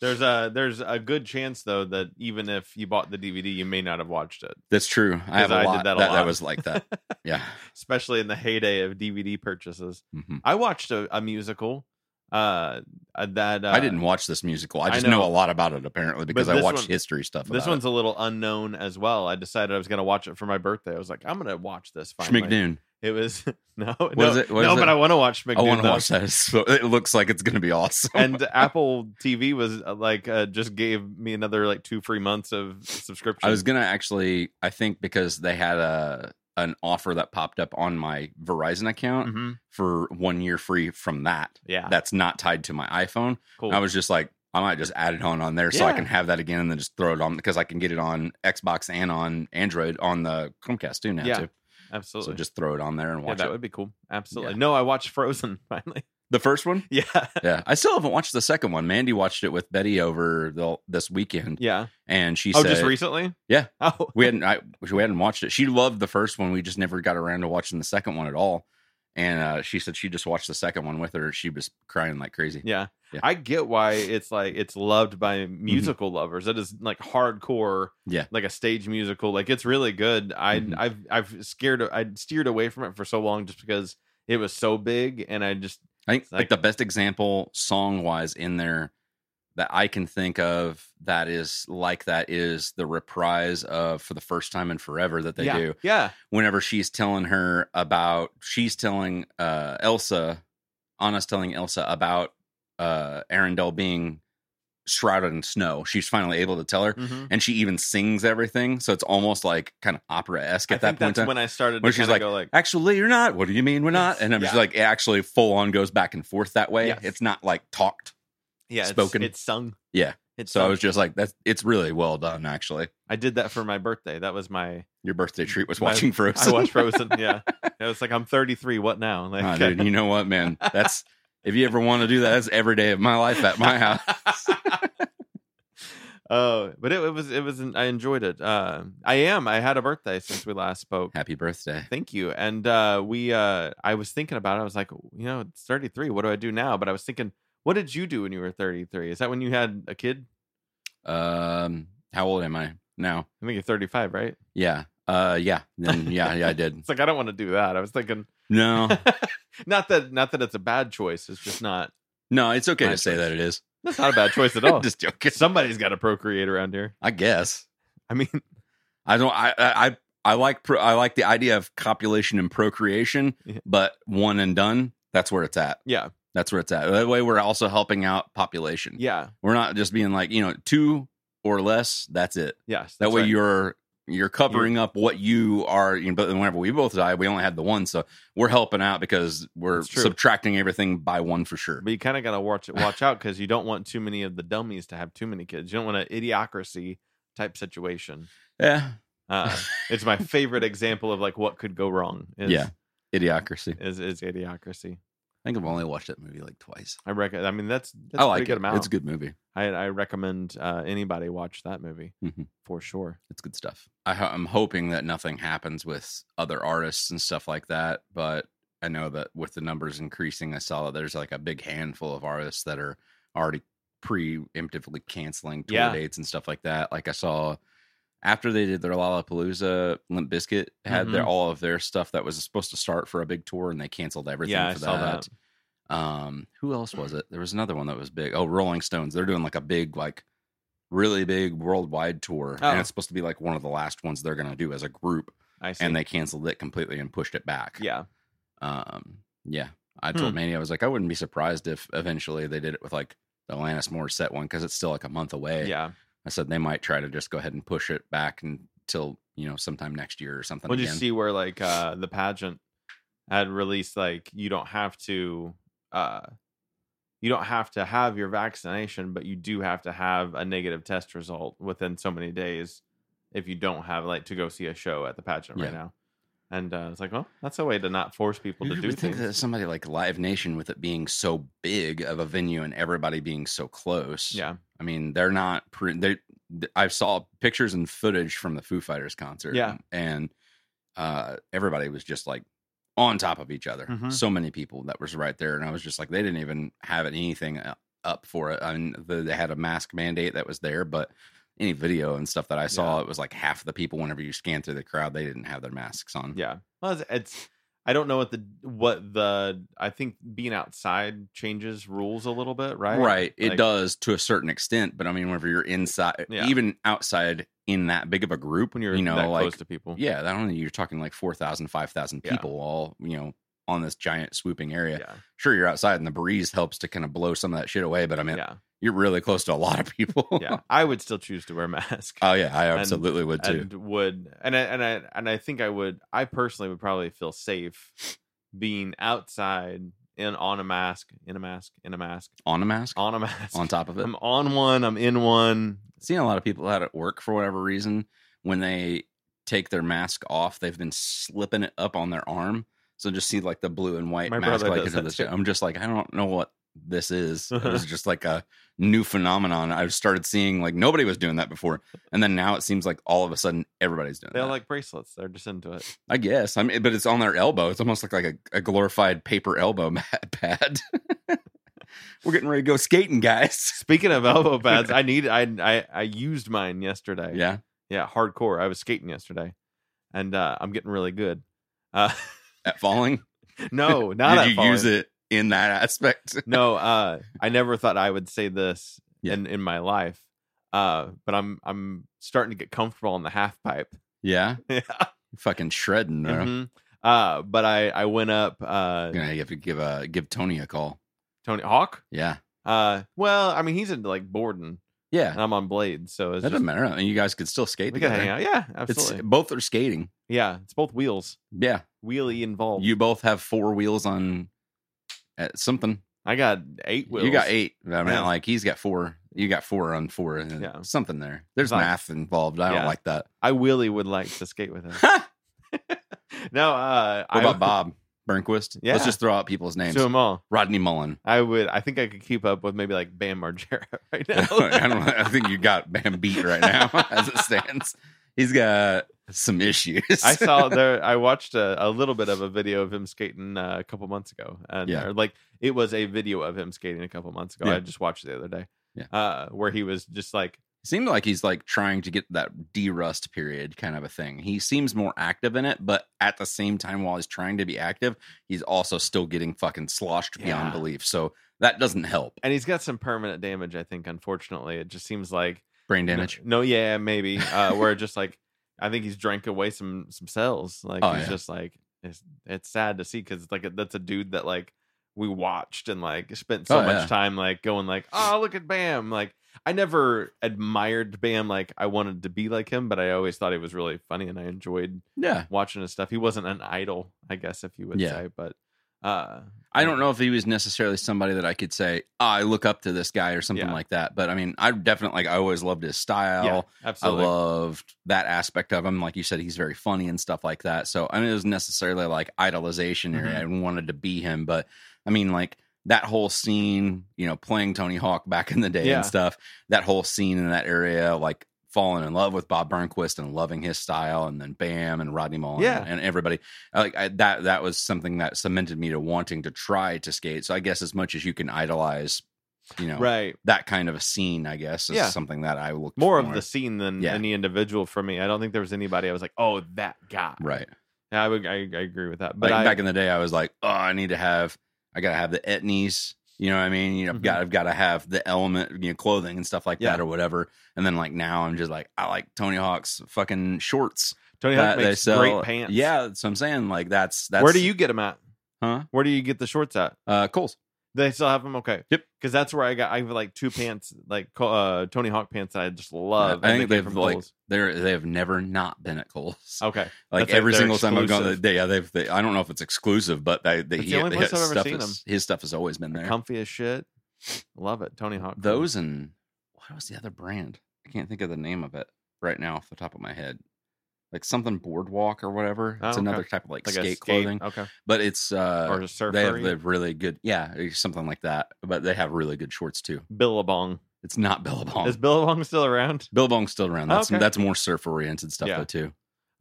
Speaker 3: There's a there's a good chance though that even if you bought the DVD, you may not have watched it,
Speaker 2: That's true. I have a
Speaker 3: I did
Speaker 2: lot.
Speaker 3: that
Speaker 2: that,
Speaker 3: a
Speaker 2: that
Speaker 3: lot.
Speaker 2: was like that. yeah.
Speaker 3: especially in the heyday of DVD purchases.
Speaker 2: Mhm.
Speaker 3: I watched a, a musical uh uh, that uh,
Speaker 2: I didn't watch this musical. I
Speaker 3: I
Speaker 2: just know.
Speaker 3: know.
Speaker 2: a lot about it apparently because I
Speaker 3: this
Speaker 2: watched
Speaker 3: one-
Speaker 2: history stuff.
Speaker 3: This
Speaker 2: about
Speaker 3: one's a little unknown as well. I decided I was going to watch it for my birthday. I was like, I'm going to watch this
Speaker 2: it.
Speaker 3: finally.
Speaker 2: Schmigdoon.
Speaker 3: It was no,
Speaker 2: What
Speaker 3: no,
Speaker 2: is it? What
Speaker 3: no,
Speaker 2: is
Speaker 3: but
Speaker 2: it?
Speaker 3: I want to watch Schmigdoon.
Speaker 2: I want to
Speaker 3: though.
Speaker 2: watch that. So it looks like it's gonna be awesome.
Speaker 3: and Apple TV was uh, like uh, just gave me another like two free months of subscription.
Speaker 2: I was gonna actually. I think because they had a an offer that popped up on my Verizon account.
Speaker 3: Mhm.
Speaker 2: for one year free from that.
Speaker 3: Yeah,
Speaker 2: That's not tied to my iPhone.
Speaker 3: cool.
Speaker 2: I was just like, I might just add it on on there so I
Speaker 3: Yeah.
Speaker 2: can have that again and then just throw it on because I can get it on Xbox and on Android on the Chromecast too now
Speaker 3: Yeah,
Speaker 2: too.
Speaker 3: absolutely.
Speaker 2: So just throw it on there and
Speaker 3: yeah,
Speaker 2: watch
Speaker 3: that
Speaker 2: it.
Speaker 3: would be cool. Absolutely.
Speaker 2: Yeah.
Speaker 3: No, I watched Frozen finally.
Speaker 2: the first one.
Speaker 3: Yeah,
Speaker 2: Yeah, I still haven't watched the second one. Mandy watched it with Betty over the, this weekend,
Speaker 3: yeah.
Speaker 2: and she
Speaker 3: oh,
Speaker 2: said
Speaker 3: just recently.
Speaker 2: Yeah.
Speaker 3: Oh,
Speaker 2: we hadn't I, we hadn't watched it. She loved the first one. We just never got around to watching the second one at all. and uh, she said she just watched the second one with her. She was crying like crazy.
Speaker 3: Yeah.
Speaker 2: Yeah. Mm-hmm.
Speaker 3: I get why it's like it's loved by musical lovers. It is like hardcore,
Speaker 2: Yeah.
Speaker 3: like a stage musical. Like it's really good. I
Speaker 2: Mhm.
Speaker 3: I've I've scared I steered away from it for so long just because it was so big and I just
Speaker 2: I think
Speaker 3: It's
Speaker 2: like,
Speaker 3: like-
Speaker 2: the best example song wise in there that I can think of that is like that is the reprise of for the first time in forever that they
Speaker 3: yeah,
Speaker 2: do
Speaker 3: Yeah.
Speaker 2: whenever she's telling her about she's telling uh Elsa Anna's telling Elsa about uh Arendelle being shrouded in snow. She's finally able to tell her
Speaker 3: Mhm.
Speaker 2: and she even sings everything so it's almost like kind of opera-esque
Speaker 3: I
Speaker 2: at that
Speaker 3: think
Speaker 2: point. in
Speaker 3: that's
Speaker 2: time.
Speaker 3: when I started
Speaker 2: When
Speaker 3: to
Speaker 2: she's
Speaker 3: kind
Speaker 2: like,
Speaker 3: of go like
Speaker 2: Actually, you're not. What do you mean we're not?
Speaker 3: Yes.
Speaker 2: And I'm just
Speaker 3: Yeah.
Speaker 2: like, it actually full on goes back and forth that way.
Speaker 3: Yes.
Speaker 2: It's not like talked.
Speaker 3: yeah, it's-
Speaker 2: spoken.
Speaker 3: It's, sung.
Speaker 2: Yeah.
Speaker 3: It's
Speaker 2: So I
Speaker 3: sung.
Speaker 2: was just like, that's it's really well done, actually.
Speaker 3: I did that for my birthday. That was my
Speaker 2: Your birthday treat was
Speaker 3: My-
Speaker 2: watching
Speaker 3: I
Speaker 2: Frozen.
Speaker 3: watched Frozen. Yeah. It was like I'm 33. What now? Like
Speaker 2: Ah, dude, you know what, man? That's if you ever want to do that, that's every day of my life at my house.
Speaker 3: Oh, but it, it was it was I enjoyed it. Uh, I am. I had a birthday since we last spoke.
Speaker 2: Happy birthday.
Speaker 3: Thank you. And uh, we uh, I was thinking about it. I was like, "Oh, you know, it's 33. What do I do now? But I was thinking, what did you do when you were 33? Is that when you had a kid?
Speaker 2: Um, how old am I now?
Speaker 3: I think you're 35, right?
Speaker 2: Yeah. Uh yeah. Then yeah, yeah, I did.
Speaker 3: It's like I don't want to do that. I was thinking
Speaker 2: No.
Speaker 3: not that not that it's a bad choice. It's just not
Speaker 2: No, it's okay
Speaker 3: My
Speaker 2: to say that it is.
Speaker 3: that's not a bad choice at all.
Speaker 2: Just joking.
Speaker 3: Somebody's got to procreate around here.
Speaker 2: I guess.
Speaker 3: I mean,
Speaker 2: I don't. I I I- I like pro, I like the idea of copulation and procreation,
Speaker 3: Yeah.
Speaker 2: but one and done. That's where it's at.
Speaker 3: yeah,
Speaker 2: That's where it's at. That way, we're also helping out population.
Speaker 3: yeah,
Speaker 2: We're not just being like you know two or less. That's it.
Speaker 3: yes.
Speaker 2: That
Speaker 3: that's
Speaker 2: way,
Speaker 3: right.
Speaker 2: you're you're covering up what you are. You know, but then whenever we both die, we only had the one, so we're helping out because we're
Speaker 3: That's true.
Speaker 2: subtracting everything by one for sure.
Speaker 3: But you kind of got to watch watch out because you don't want too many of the dummies to have too many kids. You don't want an idiocracy type situation.
Speaker 2: Yeah,
Speaker 3: Uh, it's my favorite example of like what could go wrong. Is,
Speaker 2: Yeah. idiocracy. I
Speaker 3: is is idiocracy.
Speaker 2: think I've only watched that movie like twice.
Speaker 3: I reckon. I mean, that's that's
Speaker 2: I
Speaker 3: a
Speaker 2: like
Speaker 3: pretty
Speaker 2: it.
Speaker 3: good amount.
Speaker 2: It's a good movie.
Speaker 3: I I recommend uh, anybody watch that movie
Speaker 2: Mhm.
Speaker 3: for sure.
Speaker 2: it's good stuff. I ho- I'm hoping that nothing happens with other artists and stuff like that, but I know that with the numbers increasing, I saw that there's like a big handful of artists that are already preemptively canceling tour
Speaker 3: Yeah.
Speaker 2: dates and stuff like that. Like I saw after they did their Lollapalooza, Limp Bizkit had
Speaker 3: Mm-hmm.
Speaker 2: their all of their stuff that was supposed to start for a big tour, and they canceled everything
Speaker 3: yeah, I
Speaker 2: for
Speaker 3: saw that.
Speaker 2: um who else was it there was another one that was big oh rolling stones they're doing like a big like really big worldwide tour
Speaker 3: Oh.
Speaker 2: and it's supposed to be like one of the last ones they're gonna do as a group
Speaker 3: I see.
Speaker 2: and they canceled it completely and pushed it back
Speaker 3: yeah,
Speaker 2: um yeah i told
Speaker 3: Hmm.
Speaker 2: Manny, i was like i wouldn't be surprised if eventually they did it with like the Alanis Morissette one because it's still like a month away.
Speaker 3: yeah.
Speaker 2: I said they might try to just go ahead and push it back until you know sometime next year or something.
Speaker 3: Well, did you
Speaker 2: again.
Speaker 3: see where like uh, the pageant had released like you don't have to uh, you don't have to have your vaccination, but you do have to have a negative test result within so many days if you don't have like to go see a show at the pageant right
Speaker 2: Yeah.
Speaker 3: now. And uh, it's like, well, that's a way to not force people to
Speaker 2: You
Speaker 3: do
Speaker 2: would think
Speaker 3: things.
Speaker 2: that somebody like Live Nation, with it being so big of a venue and everybody being so close,
Speaker 3: Yeah,
Speaker 2: I mean, they're not. Pre- they, th- I saw pictures and footage from the Foo Fighters concert,
Speaker 3: Yeah.
Speaker 2: and uh, everybody was just like on top of each other.
Speaker 3: Mhm.
Speaker 2: So many people that was right there, and I was just like, they didn't even have anything u- up for it. I mean, the, they had a mask mandate that was there, but any video and stuff that I saw, it was like half the people. Whenever you scan through the crowd, they didn't have their masks on.
Speaker 3: yeah. Well, it's, it's I don't know what the what the I think being outside changes rules a little bit, right?
Speaker 2: Right. It
Speaker 3: Like-
Speaker 2: does to a certain extent, but I mean, whenever you're inside,
Speaker 3: Yeah.
Speaker 2: even outside in that big of a group,
Speaker 3: when you're
Speaker 2: you know,
Speaker 3: that
Speaker 2: like,
Speaker 3: close to people.
Speaker 2: yeah, that only you're talking like 4,000, 5,000
Speaker 3: Yeah.
Speaker 2: people all, you know, on this giant swooping area.
Speaker 3: yeah,
Speaker 2: Sure, you're outside and the breeze helps to kind of blow some of that shit away, but I mean,
Speaker 3: yeah.
Speaker 2: you're really close to a lot of people.
Speaker 3: yeah, I would still choose to wear a mask.
Speaker 2: oh, yeah. I absolutely would too.
Speaker 3: and would and I, and I and I think I would I personally would probably feel safe being outside in on a mask in a mask in a mask
Speaker 2: on a mask, on,
Speaker 3: on a mask
Speaker 2: top of it.
Speaker 3: I'm on one I'm in one
Speaker 2: Seeing a lot of people out at work for whatever reason, when they take their mask off, they've been slipping it up on their arm. So just see like the blue and white
Speaker 3: My
Speaker 2: mask
Speaker 3: brother
Speaker 2: like
Speaker 3: does
Speaker 2: into
Speaker 3: that
Speaker 2: this.
Speaker 3: too.
Speaker 2: I'm just like, I don't know what this is. It was just like a new phenomenon. I've started seeing like nobody was doing that before, and then now it seems like all of a sudden everybody's doing
Speaker 3: They all
Speaker 2: that.
Speaker 3: like bracelets. They're just into it.
Speaker 2: I guess. I mean, but it's on their elbow. It's almost like like a, a glorified paper elbow ma- pad. We're getting ready to go skating, guys.
Speaker 3: Speaking of elbow pads, I need I I, I used mine yesterday.
Speaker 2: Yeah,
Speaker 3: Yeah, hardcore. I was skating yesterday, and uh, I'm getting really good. Uh,
Speaker 2: at falling.
Speaker 3: no, not
Speaker 2: Did
Speaker 3: at
Speaker 2: you
Speaker 3: falling.
Speaker 2: use it in that aspect?
Speaker 3: No, uh, I never thought I would say this
Speaker 2: Yeah.
Speaker 3: in in my life. Uh, but I'm I'm starting to get comfortable on the half pipe.
Speaker 2: Yeah,
Speaker 3: yeah.
Speaker 2: fucking shredding. Bro.
Speaker 3: Mhm. Uh, but I I went up uh,
Speaker 2: Gonna have to give uh, give Tony a call.
Speaker 3: Tony Hawk.
Speaker 2: Yeah,
Speaker 3: Uh, well, I mean he's into like boarding,
Speaker 2: yeah.
Speaker 3: and I'm on blades, so it's
Speaker 2: that
Speaker 3: just,
Speaker 2: doesn't matter. And you guys could still skate
Speaker 3: we gotta
Speaker 2: together.
Speaker 3: hang out. Yeah,
Speaker 2: It's
Speaker 3: absolutely.
Speaker 2: both are skating.
Speaker 3: yeah, it's both wheels,
Speaker 2: Yeah,
Speaker 3: wheelie involved.
Speaker 2: you both have four wheels on at something.
Speaker 3: I got eight wheels.
Speaker 2: You got eight. I mean,
Speaker 3: Yeah.
Speaker 2: like he's got four. You got four on four. and
Speaker 3: Yeah.
Speaker 2: Something there. There's
Speaker 3: Like-
Speaker 2: math involved. I
Speaker 3: Yeah.
Speaker 2: don't like that.
Speaker 3: I really would like to skate with him.
Speaker 2: what
Speaker 3: no, uh, I
Speaker 2: about Bob Burnquist?
Speaker 3: Yeah.
Speaker 2: Let's just throw out people's names.
Speaker 3: To them all,
Speaker 2: Rodney Mullen.
Speaker 3: I would. I think I could keep up with maybe like Bam Margera right now.
Speaker 2: I don't. I think you got Bam beat right now as it stands. He's got some issues.
Speaker 3: I saw there. I watched a, a little bit of a video of him skating uh, a couple months ago, and
Speaker 2: Yeah.
Speaker 3: or, like it was a video of him skating a couple months ago.
Speaker 2: Yeah.
Speaker 3: I just watched it the other day,
Speaker 2: Yeah.
Speaker 3: uh, where he was just like,
Speaker 2: seemed like he's like trying to get that de-rust period kind of a thing. He seems more active in it, but at the same time, while he's trying to be active, he's also still getting fucking sloshed
Speaker 3: Yeah.
Speaker 2: beyond belief. So that doesn't help.
Speaker 3: and he's got some permanent damage. I think, unfortunately, it just seems like
Speaker 2: Brain damage.
Speaker 3: No, no, yeah, maybe. Uh, where just like I think he's drank away some some cells. Like
Speaker 2: Oh,
Speaker 3: he's
Speaker 2: yeah.
Speaker 3: just like it's it's sad to see because like that's a dude that like we watched and like spent so
Speaker 2: Oh,
Speaker 3: much
Speaker 2: yeah.
Speaker 3: time like going like oh look at Bam like. I never admired Bam like I wanted to be like him, but I always thought he was really funny and I enjoyed
Speaker 2: Yeah.
Speaker 3: watching his stuff. He wasn't an idol, I guess, if you would
Speaker 2: Yeah.
Speaker 3: say, but uh
Speaker 2: I don't know if he was necessarily somebody that I could say, "Ah, I look up to this guy or something
Speaker 3: Yeah.
Speaker 2: like that. But I mean, I definitely, like, I always loved his style.
Speaker 3: yeah, absolutely.
Speaker 2: I loved that aspect of him. Like you said, he's very funny and stuff like that. So I mean, it was necessarily like idolization area.
Speaker 3: Mm-hmm.
Speaker 2: I wanted to be him, but I mean, like that whole scene, you know, playing Tony Hawk back in the day
Speaker 3: Yeah.
Speaker 2: and stuff. That whole scene in that area, like falling in love with Bob Burnquist and loving his style, and then Bam and Rodney Mullen,
Speaker 3: Yeah.
Speaker 2: and everybody. I- Like I, that, that was something that cemented me to wanting to try to skate. So I guess as much as you can idolize, you know,
Speaker 3: right.
Speaker 2: that kind of a scene, I guess, is
Speaker 3: Yeah.
Speaker 2: something that I look
Speaker 3: more of the scene than
Speaker 2: Yeah.
Speaker 3: any individual for me. I don't think there was anybody I was like, oh, that guy.
Speaker 2: right.
Speaker 3: Yeah, I would. I, I agree with that. But
Speaker 2: like
Speaker 3: I,
Speaker 2: back in the day, I was like, oh, I need to have, I gotta have the etnies. You know what I mean? You know, I've
Speaker 3: Mhm.
Speaker 2: got, I've got to have the element, you know, clothing and stuff like that
Speaker 3: Yeah.
Speaker 2: or whatever. And then like now, I'm just like, I like Tony Hawk's fucking shorts.
Speaker 3: Tony
Speaker 2: that
Speaker 3: Hawk
Speaker 2: they
Speaker 3: makes
Speaker 2: sell.
Speaker 3: great pants.
Speaker 2: Yeah, that's what I'm saying. Like that's that's
Speaker 3: where do you get them at?
Speaker 2: Huh?
Speaker 3: Where do you get the shorts at?
Speaker 2: Uh, Coles.
Speaker 3: They still have them. Okay.
Speaker 2: Yep.
Speaker 3: Because that's where I got. I have like two pants, like co- uh, Tony Hawk pants that I just love.
Speaker 2: I
Speaker 3: and
Speaker 2: think
Speaker 3: they came
Speaker 2: they've,
Speaker 3: from
Speaker 2: like-
Speaker 3: Kohl's.
Speaker 2: They're they have never not been at Coles.
Speaker 3: Okay.
Speaker 2: like
Speaker 3: that's right,
Speaker 2: every
Speaker 3: they're
Speaker 2: single time I've gone,
Speaker 3: exclusive.
Speaker 2: they, yeah, they've. They, I don't know if it's exclusive, but they, they
Speaker 3: That's
Speaker 2: he-
Speaker 3: the only
Speaker 2: his
Speaker 3: place I've ever
Speaker 2: stuff
Speaker 3: seen
Speaker 2: is- His stuff has always been
Speaker 3: They're
Speaker 2: there.
Speaker 3: comfy as shit. Love it. Tony Hawk.
Speaker 2: those and what was the other brand? I can't think of the name of it right now off the top of my head. Like something boardwalk or whatever. It's
Speaker 3: Oh, okay.
Speaker 2: another type of like,
Speaker 3: Like a
Speaker 2: skate,
Speaker 3: skate-
Speaker 2: clothing,
Speaker 3: Okay.
Speaker 2: but it's uh
Speaker 3: or surfer.
Speaker 2: they have the really good yeah or something like that. But they have really good shorts too.
Speaker 3: Billabong.
Speaker 2: It's not Billabong.
Speaker 3: Is Billabong still around?
Speaker 2: Billabong's still around.
Speaker 3: Oh,
Speaker 2: That's
Speaker 3: okay.
Speaker 2: that's more surf oriented stuff
Speaker 3: Yeah.
Speaker 2: though too.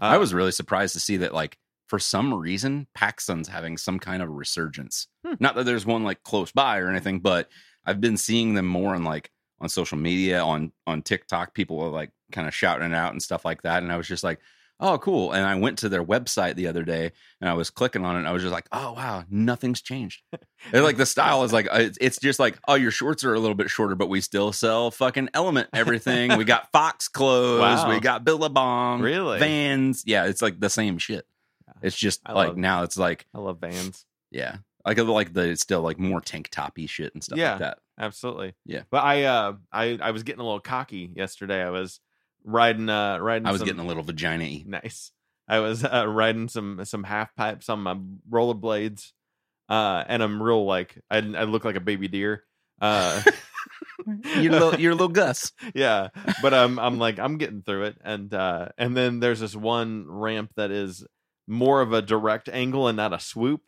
Speaker 3: Uh,
Speaker 2: I was really surprised to see that like for some reason PacSun's having some kind of resurgence.
Speaker 3: Hmm.
Speaker 2: Not that there's one like close by or anything, but I've been seeing them more on like on social media, on on TikTok, people are like kind of shouting it out and stuff like that. And I was just like, oh cool. And I went to their website the other day and I was clicking on it and I was just like, oh wow, nothing's changed. And like the style is like uh, it's, it's just like, oh, your shorts are a little bit shorter, but we still sell fucking element everything. we got Fox clothes,
Speaker 3: Wow.
Speaker 2: we got Billabong,
Speaker 3: Really?
Speaker 2: Vans. Yeah, it's like the same shit. It's just
Speaker 3: I
Speaker 2: like
Speaker 3: love-
Speaker 2: now it's like
Speaker 3: I love Vans.
Speaker 2: yeah, like like the it's still like more tank toppy shit and stuff
Speaker 3: Yeah.
Speaker 2: like that.
Speaker 3: Absolutely.
Speaker 2: Yeah.
Speaker 3: But I uh I I was getting a little cocky yesterday. I was riding uh riding
Speaker 2: I was
Speaker 3: some,
Speaker 2: getting a little vagina.
Speaker 3: nice. I was uh, riding some some half pipes on my rollerblades. Uh and I'm real like I I look like a baby deer. Uh
Speaker 2: You're little, you're little Gus.
Speaker 3: yeah but i'm i'm like i'm getting through it and uh and then there's this one ramp that is more of a direct angle and not a swoop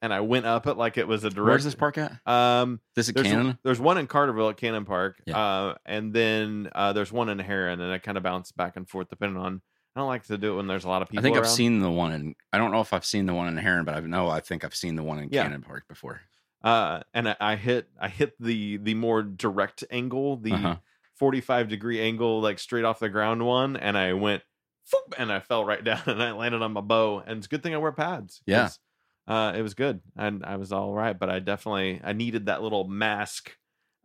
Speaker 3: and I went up it like it was a direct.
Speaker 2: Where's this park at?
Speaker 3: Um,
Speaker 2: This is
Speaker 3: there's
Speaker 2: Canada.
Speaker 3: there's one in Carterville at Cannon Park,
Speaker 2: Yeah.
Speaker 3: uh, and then uh, there's one in Heron, and I kind of bounce back and forth depending on. I don't like to do it when there's a lot of people.
Speaker 2: I think I've
Speaker 3: around.
Speaker 2: seen the one in. I don't know if I've seen the one in Heron, but I know I think I've seen the one in
Speaker 3: Yeah.
Speaker 2: Cannon Park before.
Speaker 3: uh, and I, I hit I hit the the more direct angle, the
Speaker 2: Uh-huh.
Speaker 3: 45 degree angle, like straight off the ground one, and I went, foop, and I fell right down, and I landed on my bow. And it's a good thing I wear pads. 'cause,
Speaker 2: Yeah.
Speaker 3: uh, it was good, and I was all right. But I definitely I needed that little mask,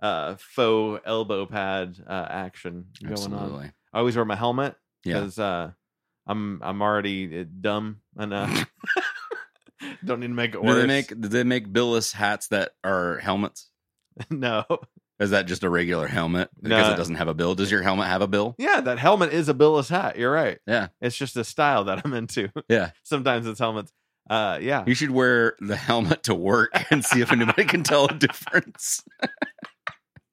Speaker 3: uh, faux elbow pad uh, action going on.
Speaker 2: Absolutely.
Speaker 3: I always wear my helmet
Speaker 2: Yeah.
Speaker 3: because uh, I'm I'm already uh, dumb enough. Don't need to make it
Speaker 2: Do
Speaker 3: worse.
Speaker 2: they make do they make Billis hats that are helmets?
Speaker 3: no.
Speaker 2: Is that just a regular helmet because
Speaker 3: No.
Speaker 2: it doesn't have a bill? Does your helmet have a bill?
Speaker 3: Yeah, that helmet is a Billis hat. You're right.
Speaker 2: Yeah.
Speaker 3: It's just a style that I'm into.
Speaker 2: Yeah.
Speaker 3: Sometimes it's helmets. Uh yeah.
Speaker 2: You should wear the helmet to work and see if anybody can tell a difference.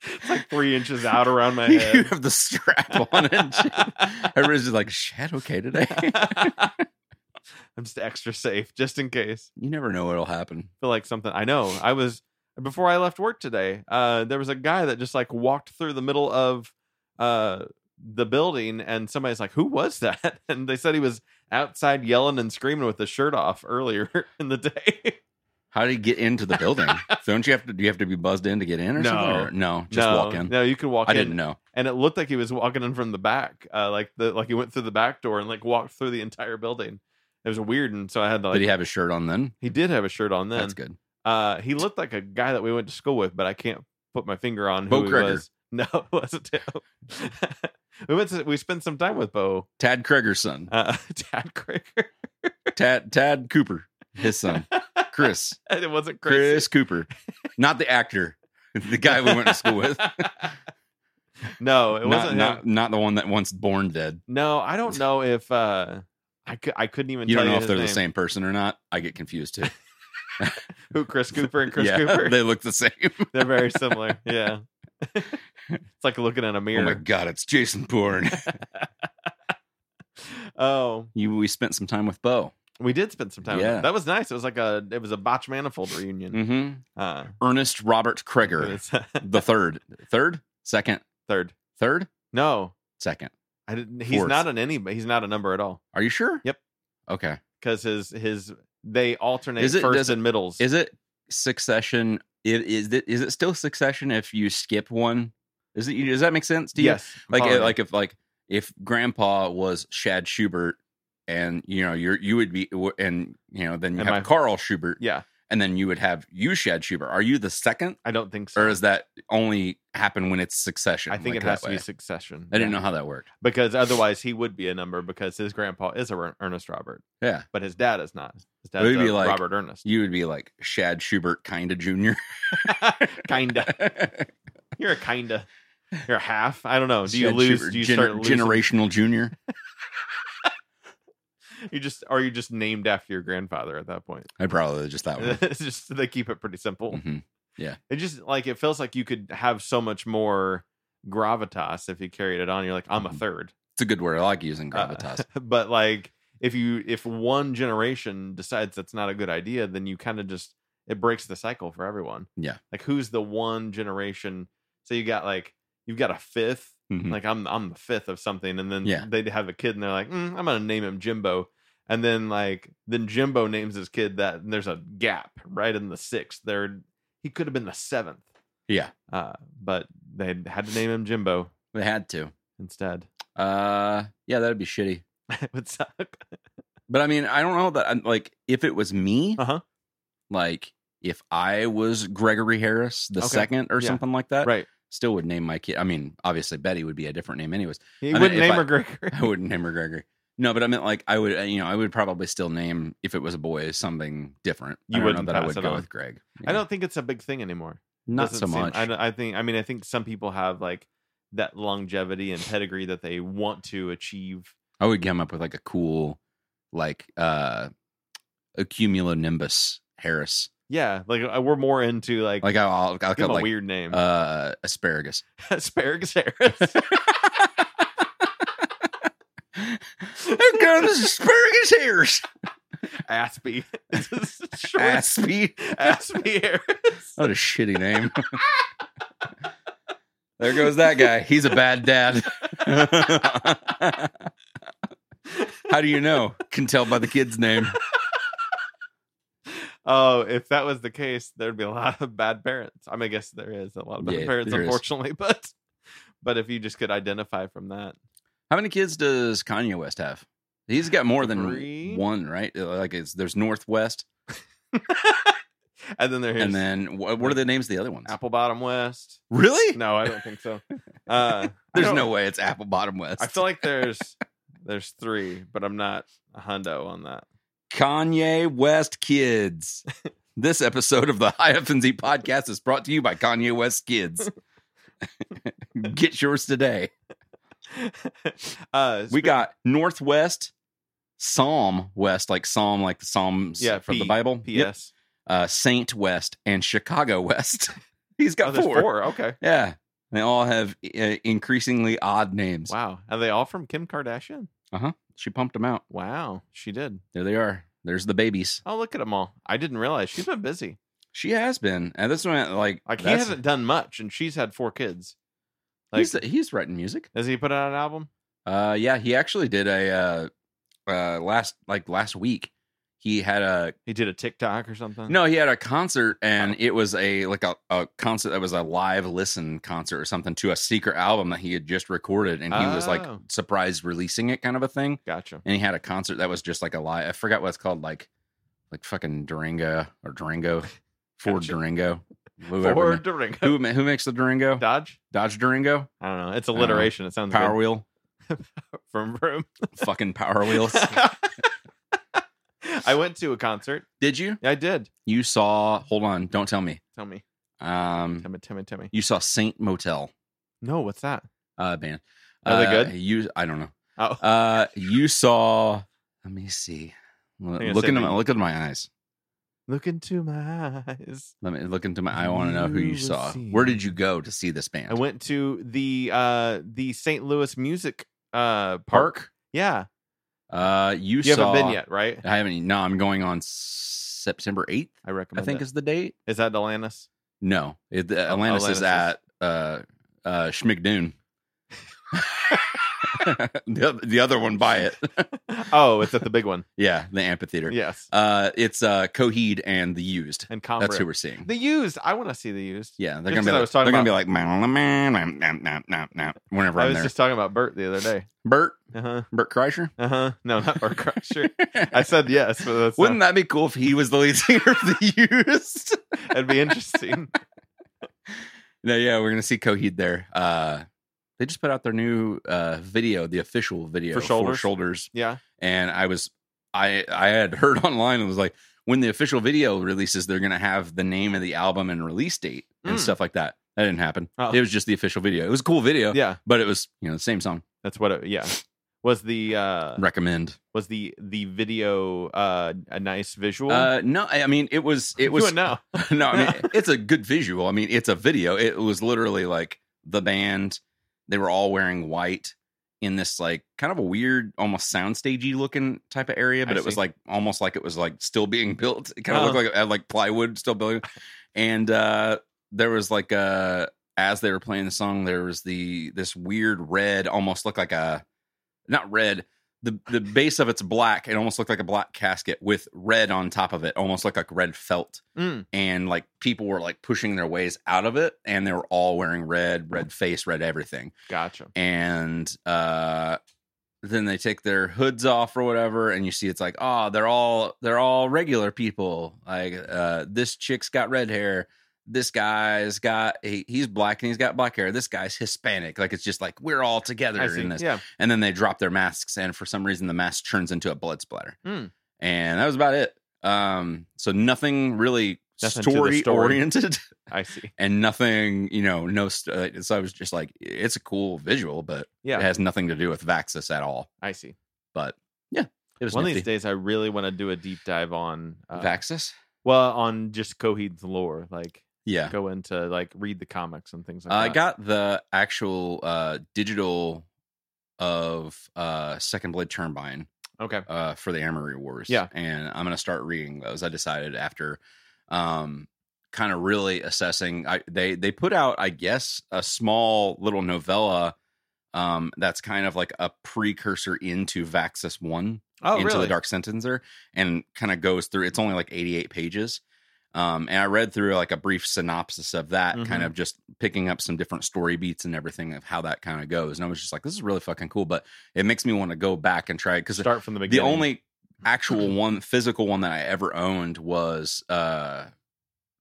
Speaker 3: It's like three inches out around my
Speaker 2: you
Speaker 3: head.
Speaker 2: have the strap on and shit. Everybody's just like, shit, okay today.
Speaker 3: I'm just extra safe, just in case.
Speaker 2: you never know what'll happen.
Speaker 3: feel like something I know. I was before I left work today, uh there was a guy that just like walked through the middle of uh the building and somebody's like, Who was that? And they said he was outside yelling and screaming with his shirt off earlier in the day.
Speaker 2: How do you get into the building? Don't you have to do you have to be buzzed in to get in or
Speaker 3: No.
Speaker 2: something? Or, no, just
Speaker 3: no,
Speaker 2: walk in.
Speaker 3: No, you can walk
Speaker 2: I
Speaker 3: in.
Speaker 2: didn't know.
Speaker 3: and it looked like he was walking in from the back, uh, like the like he went through the back door and like walked through the entire building. It was weird, and so I had to like
Speaker 2: Did
Speaker 3: he,
Speaker 2: he have his shirt on then?
Speaker 3: did have a shirt on then.
Speaker 2: That's good.
Speaker 3: Uh, he looked like a guy that we went to school with, but I can't put my finger on who
Speaker 2: Bo
Speaker 3: he
Speaker 2: Crager.
Speaker 3: was. No, it wasn't him. we went to, we spent some time with Bo,
Speaker 2: Tad Kreger's son.
Speaker 3: uh, Tad Crager.
Speaker 2: Tad Tad Cooper, his son. Chris.
Speaker 3: And it wasn't Chris.
Speaker 2: Chris Cooper. Not the actor. The guy we went to school with.
Speaker 3: no, it
Speaker 2: not,
Speaker 3: wasn't him.
Speaker 2: not not the one that once born dead.
Speaker 3: no, I don't know if uh, I could. I couldn't even.
Speaker 2: You
Speaker 3: tell
Speaker 2: don't know if
Speaker 3: you his
Speaker 2: they're
Speaker 3: name.
Speaker 2: the same person or not. I get confused too.
Speaker 3: Who Chris Cooper and Chris
Speaker 2: Yeah,
Speaker 3: Cooper?
Speaker 2: They look the same. Oh
Speaker 3: They're very similar. Yeah. it's like looking in a
Speaker 2: Oh my
Speaker 3: mirror.
Speaker 2: god, it's Jason Bourne.
Speaker 3: Oh,
Speaker 2: you we spent some time with Bo.
Speaker 3: we did spend some time.
Speaker 2: Yeah.
Speaker 3: That was nice. It was like a it was a botch manifold reunion.
Speaker 2: Mm-hmm.
Speaker 3: Uh
Speaker 2: Ernest Robert
Speaker 3: it
Speaker 2: Kreger,
Speaker 3: was-
Speaker 2: the third. Third? Second?
Speaker 3: third.
Speaker 2: Third?
Speaker 3: No.
Speaker 2: Second.
Speaker 3: I didn't he's
Speaker 2: Fourth.
Speaker 3: not an any but he's not a number at all.
Speaker 2: Are you sure?
Speaker 3: Yep.
Speaker 2: Okay.
Speaker 3: Because his his they alternate
Speaker 2: Is it- does
Speaker 3: first
Speaker 2: it-
Speaker 3: and middles.
Speaker 2: Is it succession? It is it is it still succession if you skip one? Is it does that make sense to you?
Speaker 3: yes. I'm
Speaker 2: like
Speaker 3: following
Speaker 2: like if like if grandpa was Shad Schubert and you know you're you would be and you know then you
Speaker 3: Am
Speaker 2: have
Speaker 3: I-
Speaker 2: Carl Schubert
Speaker 3: you. yeah,
Speaker 2: and then you would have you Shad Schubert are you the second
Speaker 3: I don't think so.
Speaker 2: or is that only happen when it's succession
Speaker 3: I think
Speaker 2: like
Speaker 3: it has
Speaker 2: that
Speaker 3: to be
Speaker 2: way?
Speaker 3: succession.
Speaker 2: I didn't
Speaker 3: Yeah.
Speaker 2: know how that worked
Speaker 3: because otherwise he would be a number because his grandpa is a Ern- Ernest Robert,
Speaker 2: yeah
Speaker 3: but his dad is not. His dad's
Speaker 2: would be
Speaker 3: a
Speaker 2: like-
Speaker 3: Robert Ernest.
Speaker 2: you would be like Shad Schubert kind of junior
Speaker 3: kinda.
Speaker 2: do
Speaker 3: You're a kinda. You're a half. I don't know. Do you lose? do you start losing?
Speaker 2: generational junior
Speaker 3: You just are you just named after your grandfather at that point?
Speaker 2: I probably just that one
Speaker 3: it's just they keep it pretty simple.
Speaker 2: Mhm.
Speaker 3: It just like it feels like you could have so much more gravitas if you carried it on. You're like I'm a
Speaker 2: Mhm.
Speaker 3: third,
Speaker 2: it's a good word I like using
Speaker 3: Uh,
Speaker 2: gravitas
Speaker 3: but like if you if one generation decides that's not a good idea, then you kind of just it breaks the cycle for everyone.
Speaker 2: Yeah.
Speaker 3: like who's the one generation? So you got like you've got a fifth
Speaker 2: Mhm.
Speaker 3: like I'm I'm the fifth of something, and then
Speaker 2: Yeah.
Speaker 3: they have a kid, and they're like, "Mm, I'm gonna name him Jimbo, and then like then Jimbo names his kid that, and there's a gap right in the sixth. There, he could have been the seventh,
Speaker 2: yeah
Speaker 3: uh, but they had to name him Jimbo
Speaker 2: they had to
Speaker 3: instead.
Speaker 2: uh yeah that'd be shitty
Speaker 3: it would suck.
Speaker 2: But I mean, I don't know that I'm like if it was me,
Speaker 3: Uh-huh.
Speaker 2: like if I was Gregory Harris the
Speaker 3: Okay.
Speaker 2: second or
Speaker 3: Yeah.
Speaker 2: something like that,
Speaker 3: Right?
Speaker 2: still would name my kid. I mean, obviously Betty would be a different name anyways.
Speaker 3: He
Speaker 2: I mean,
Speaker 3: wouldn't
Speaker 2: if
Speaker 3: name
Speaker 2: I-
Speaker 3: her Gregory.
Speaker 2: I wouldn't name her Gregory. No, but I meant like I would, uh, you know, I would probably still name if it was a boy something different.
Speaker 3: You
Speaker 2: I don't know
Speaker 3: wouldn't
Speaker 2: that I
Speaker 3: pass
Speaker 2: would
Speaker 3: it
Speaker 2: go
Speaker 3: on.
Speaker 2: with Greg.
Speaker 3: I
Speaker 2: Yeah.
Speaker 3: don't think it's a big thing anymore.
Speaker 2: not so
Speaker 3: Doesn't seem-
Speaker 2: much.
Speaker 3: I, don't- I think. I mean, I think some people have like that longevity and pedigree that they want to achieve.
Speaker 2: I would come up with like a cool, like uh, cumulonimbus Harris.
Speaker 3: Yeah, like uh, we're more into like,
Speaker 2: Like I'll, I'll
Speaker 3: give
Speaker 2: go
Speaker 3: him a
Speaker 2: like
Speaker 3: weird name.
Speaker 2: uh, asparagus.
Speaker 3: asparagus Harris.
Speaker 2: There goes asparagus hairs.
Speaker 3: Aspie. It's just short.
Speaker 2: Aspie.
Speaker 3: Aspie Harris.
Speaker 2: What a shitty name. there goes that guy. He's a bad dad. How do you know? Can tell by the kid's name.
Speaker 3: Oh, if that was the case, there'd be a lot of bad parents. I mean, I guess there is a lot of bad
Speaker 2: Yeah,
Speaker 3: parents,
Speaker 2: there is.
Speaker 3: unfortunately, but but if you just could identify from that,
Speaker 2: How many kids does Kanye West have? He's got more than
Speaker 3: Three.
Speaker 2: one, right? Uh, Like it's, there's Northwest,
Speaker 3: and then there is
Speaker 2: and then what, what are the names of the other ones?
Speaker 3: Apple Bottom West.
Speaker 2: Really?
Speaker 3: No, I don't think so. Uh, I
Speaker 2: There's
Speaker 3: don't-
Speaker 2: no way it's Apple Bottom West.
Speaker 3: I feel like there's there's three, but I'm not a hundo on that.
Speaker 2: Kanye West Kids. this episode of the High F and Z podcast is brought to you by Kanye West Kids. Get yours today.
Speaker 3: uh,
Speaker 2: We got Northwest, Psalm West, like Psalm, like the Psalms
Speaker 3: Yeah,
Speaker 2: from the
Speaker 3: P-
Speaker 2: Bible.
Speaker 3: PS.
Speaker 2: Yep. Uh, Saint West and Chicago West. He's
Speaker 3: Oh,
Speaker 2: got
Speaker 3: there's
Speaker 2: four.
Speaker 3: four. Okay.
Speaker 2: Yeah. They all have uh, increasingly odd names.
Speaker 3: Wow. Are they all from Kim Kardashian?
Speaker 2: She pumped them out.
Speaker 3: Wow, she did.
Speaker 2: There they are. There's the babies.
Speaker 3: Oh, look at them all. I didn't realize she's been busy.
Speaker 2: She has been. And this one, like,
Speaker 3: Like he
Speaker 2: that's-
Speaker 3: hasn't done much, and she's had four kids. Like,
Speaker 2: he's, he's writing music.
Speaker 3: has he put out an album?
Speaker 2: Uh, yeah, he actually did a uh, uh, last like last week. He had a
Speaker 3: He did a TikTok or something.
Speaker 2: no, he had a concert, and
Speaker 3: Oh.
Speaker 2: it was a like a, a concert that was a live listen concert or something to a secret album that he had just recorded, and he was like
Speaker 3: Oh.
Speaker 2: surprise releasing it, kind of a thing.
Speaker 3: gotcha.
Speaker 2: And he had a concert that was just like a live. I forgot what it's called, like like fucking Durango or Durango, Ford
Speaker 3: Gotcha.
Speaker 2: Durango, whoever.
Speaker 3: Or
Speaker 2: ma-
Speaker 3: Durango.
Speaker 2: Who, ma- who makes the Durango?
Speaker 3: Dodge?
Speaker 2: Dodge Durango?
Speaker 3: I don't know. It's alliteration. It sounds
Speaker 2: Power
Speaker 3: good.
Speaker 2: wheel?
Speaker 3: Vroom vroom.
Speaker 2: Fucking Power Wheels.
Speaker 3: I went to a concert.
Speaker 2: Did you?
Speaker 3: I did.
Speaker 2: You saw, hold on, don't tell me.
Speaker 3: Tell me. Tell
Speaker 2: Um,
Speaker 3: me, tell me, tell me.
Speaker 2: you saw Saint Motel
Speaker 3: No, what's that?
Speaker 2: uh, band.
Speaker 3: Are they
Speaker 2: Uh,
Speaker 3: good?
Speaker 2: You, I don't know.
Speaker 3: Oh,
Speaker 2: Uh, you saw. Let me see. L-
Speaker 3: think I
Speaker 2: Look
Speaker 3: said
Speaker 2: into
Speaker 3: me.
Speaker 2: my look into my eyes.
Speaker 3: look into my eyes.
Speaker 2: Let me look into my. I want to know who
Speaker 3: You
Speaker 2: you
Speaker 3: will
Speaker 2: saw.
Speaker 3: see.
Speaker 2: Where did you go to see this band?
Speaker 3: I went to the uh the St. Louis Music uh park.
Speaker 2: Park.
Speaker 3: Yeah.
Speaker 2: Uh, you,
Speaker 3: You
Speaker 2: saw,
Speaker 3: haven't been yet, right?
Speaker 2: I haven't. No, I'm going on September 8th.
Speaker 3: I
Speaker 2: I
Speaker 3: recommend
Speaker 2: think
Speaker 3: it.
Speaker 2: is the date.
Speaker 3: Is that Delanis?
Speaker 2: No, it, uh, Atlantis,
Speaker 3: Oh, Atlantis is-
Speaker 2: is at uh, uh, Schmigdoon. the, oth- the other one by it.
Speaker 3: Oh, it's at the big one.
Speaker 2: yeah, the amphitheater.
Speaker 3: Yes.
Speaker 2: Uh, it's uh, Coheed and the Used.
Speaker 3: And Combra.
Speaker 2: That's who we're seeing.
Speaker 3: The used. I want to see the used.
Speaker 2: yeah, they're gonna
Speaker 3: just
Speaker 2: be
Speaker 3: as I
Speaker 2: like
Speaker 3: was
Speaker 2: they're
Speaker 3: talking
Speaker 2: gonna be like "Nah, nah, nah, nah, nah, nah, nah," whenever
Speaker 3: I
Speaker 2: I'm
Speaker 3: was
Speaker 2: there.
Speaker 3: just talking about Bert the other day.
Speaker 2: Bert
Speaker 3: Uh huh.
Speaker 2: Bert Kreischer.
Speaker 3: Uh huh. No, not Bert Crusher. I said yes, but that's
Speaker 2: Wouldn't
Speaker 3: not,
Speaker 2: that be cool if he was the lead singer of the Used?
Speaker 3: that'd be interesting.
Speaker 2: no, yeah, we're gonna see Coheed there. Uh, they just put out their new uh, video, the official video
Speaker 3: For Shoulders?
Speaker 2: shoulders.
Speaker 3: yeah.
Speaker 2: and I was I I had heard online and was like when the official video releases they're going to have the name of the album and release date and
Speaker 3: Mm.
Speaker 2: stuff like that. That didn't happen.
Speaker 3: Oh.
Speaker 2: It was just the official video. It was a cool video,
Speaker 3: Yeah.
Speaker 2: but it was, you know, the same song.
Speaker 3: That's what it yeah. Was the uh
Speaker 2: Recommend.
Speaker 3: was the the video uh a nice visual?
Speaker 2: Uh no, I I mean it was it
Speaker 3: Do
Speaker 2: was
Speaker 3: now.
Speaker 2: no, I mean it's a good visual. I mean it's a video. It was literally like the band they were all wearing white in this like kind of a weird almost soundstagey looking type of area but
Speaker 3: I
Speaker 2: it was
Speaker 3: see.
Speaker 2: like almost like it was like still being built it kind of
Speaker 3: Oh.
Speaker 2: looked like it had like plywood still building and uh there was like uh as they were playing the song there was the this weird red almost looked like a not red the the base of it's black it almost looked like a black casket with red on top of it almost looked like red felt
Speaker 3: Mm.
Speaker 2: and like people were like pushing their ways out of it and they were all wearing red red face red everything
Speaker 3: Gotcha.
Speaker 2: and uh then they take their hoods off or whatever and you see it's like oh they're all they're all regular people like uh this chick's got red hair this guy's got he, he's black and he's got black hair this guy's hispanic like it's just like we're all together
Speaker 3: I see.
Speaker 2: in this
Speaker 3: Yeah.
Speaker 2: and then they drop their masks and for some reason the mask turns into a blood splatter
Speaker 3: Hmm.
Speaker 2: and that was about it um so nothing really
Speaker 3: Nothing to the
Speaker 2: story
Speaker 3: story.
Speaker 2: oriented
Speaker 3: I see.
Speaker 2: and nothing you know no st- uh, so i was just like it's a cool visual but
Speaker 3: Yeah.
Speaker 2: it has nothing to do with Vaxis at all
Speaker 3: I see.
Speaker 2: but yeah it was
Speaker 3: One of
Speaker 2: nifty.
Speaker 3: these days I really want to do a deep dive on uh,
Speaker 2: Vaxis
Speaker 3: well on just Coheed's lore. Like
Speaker 2: yeah
Speaker 3: go into like read the comics and things like
Speaker 2: i
Speaker 3: that.
Speaker 2: got the actual uh digital of uh second blade turbine
Speaker 3: Okay.
Speaker 2: uh, for the Armory Wars.
Speaker 3: Yeah.
Speaker 2: And I'm going to start reading those. I decided after um, kind of really assessing. I, they they put out, I guess, a small little novella um, that's kind of like a precursor into Vaxis One,
Speaker 3: Oh,
Speaker 2: into
Speaker 3: really?
Speaker 2: the Dark Sentencer, and kind of goes through. It's only like 88 pages. Um, and I read through like a brief synopsis of that, kind
Speaker 3: Mhm.
Speaker 2: of just picking up some different story beats and everything of how that kind of goes. And I was just like, this is really fucking cool, but it makes me want to go back and try it because
Speaker 3: Start from the
Speaker 2: the
Speaker 3: beginning.
Speaker 2: only actual one physical one that i ever owned was uh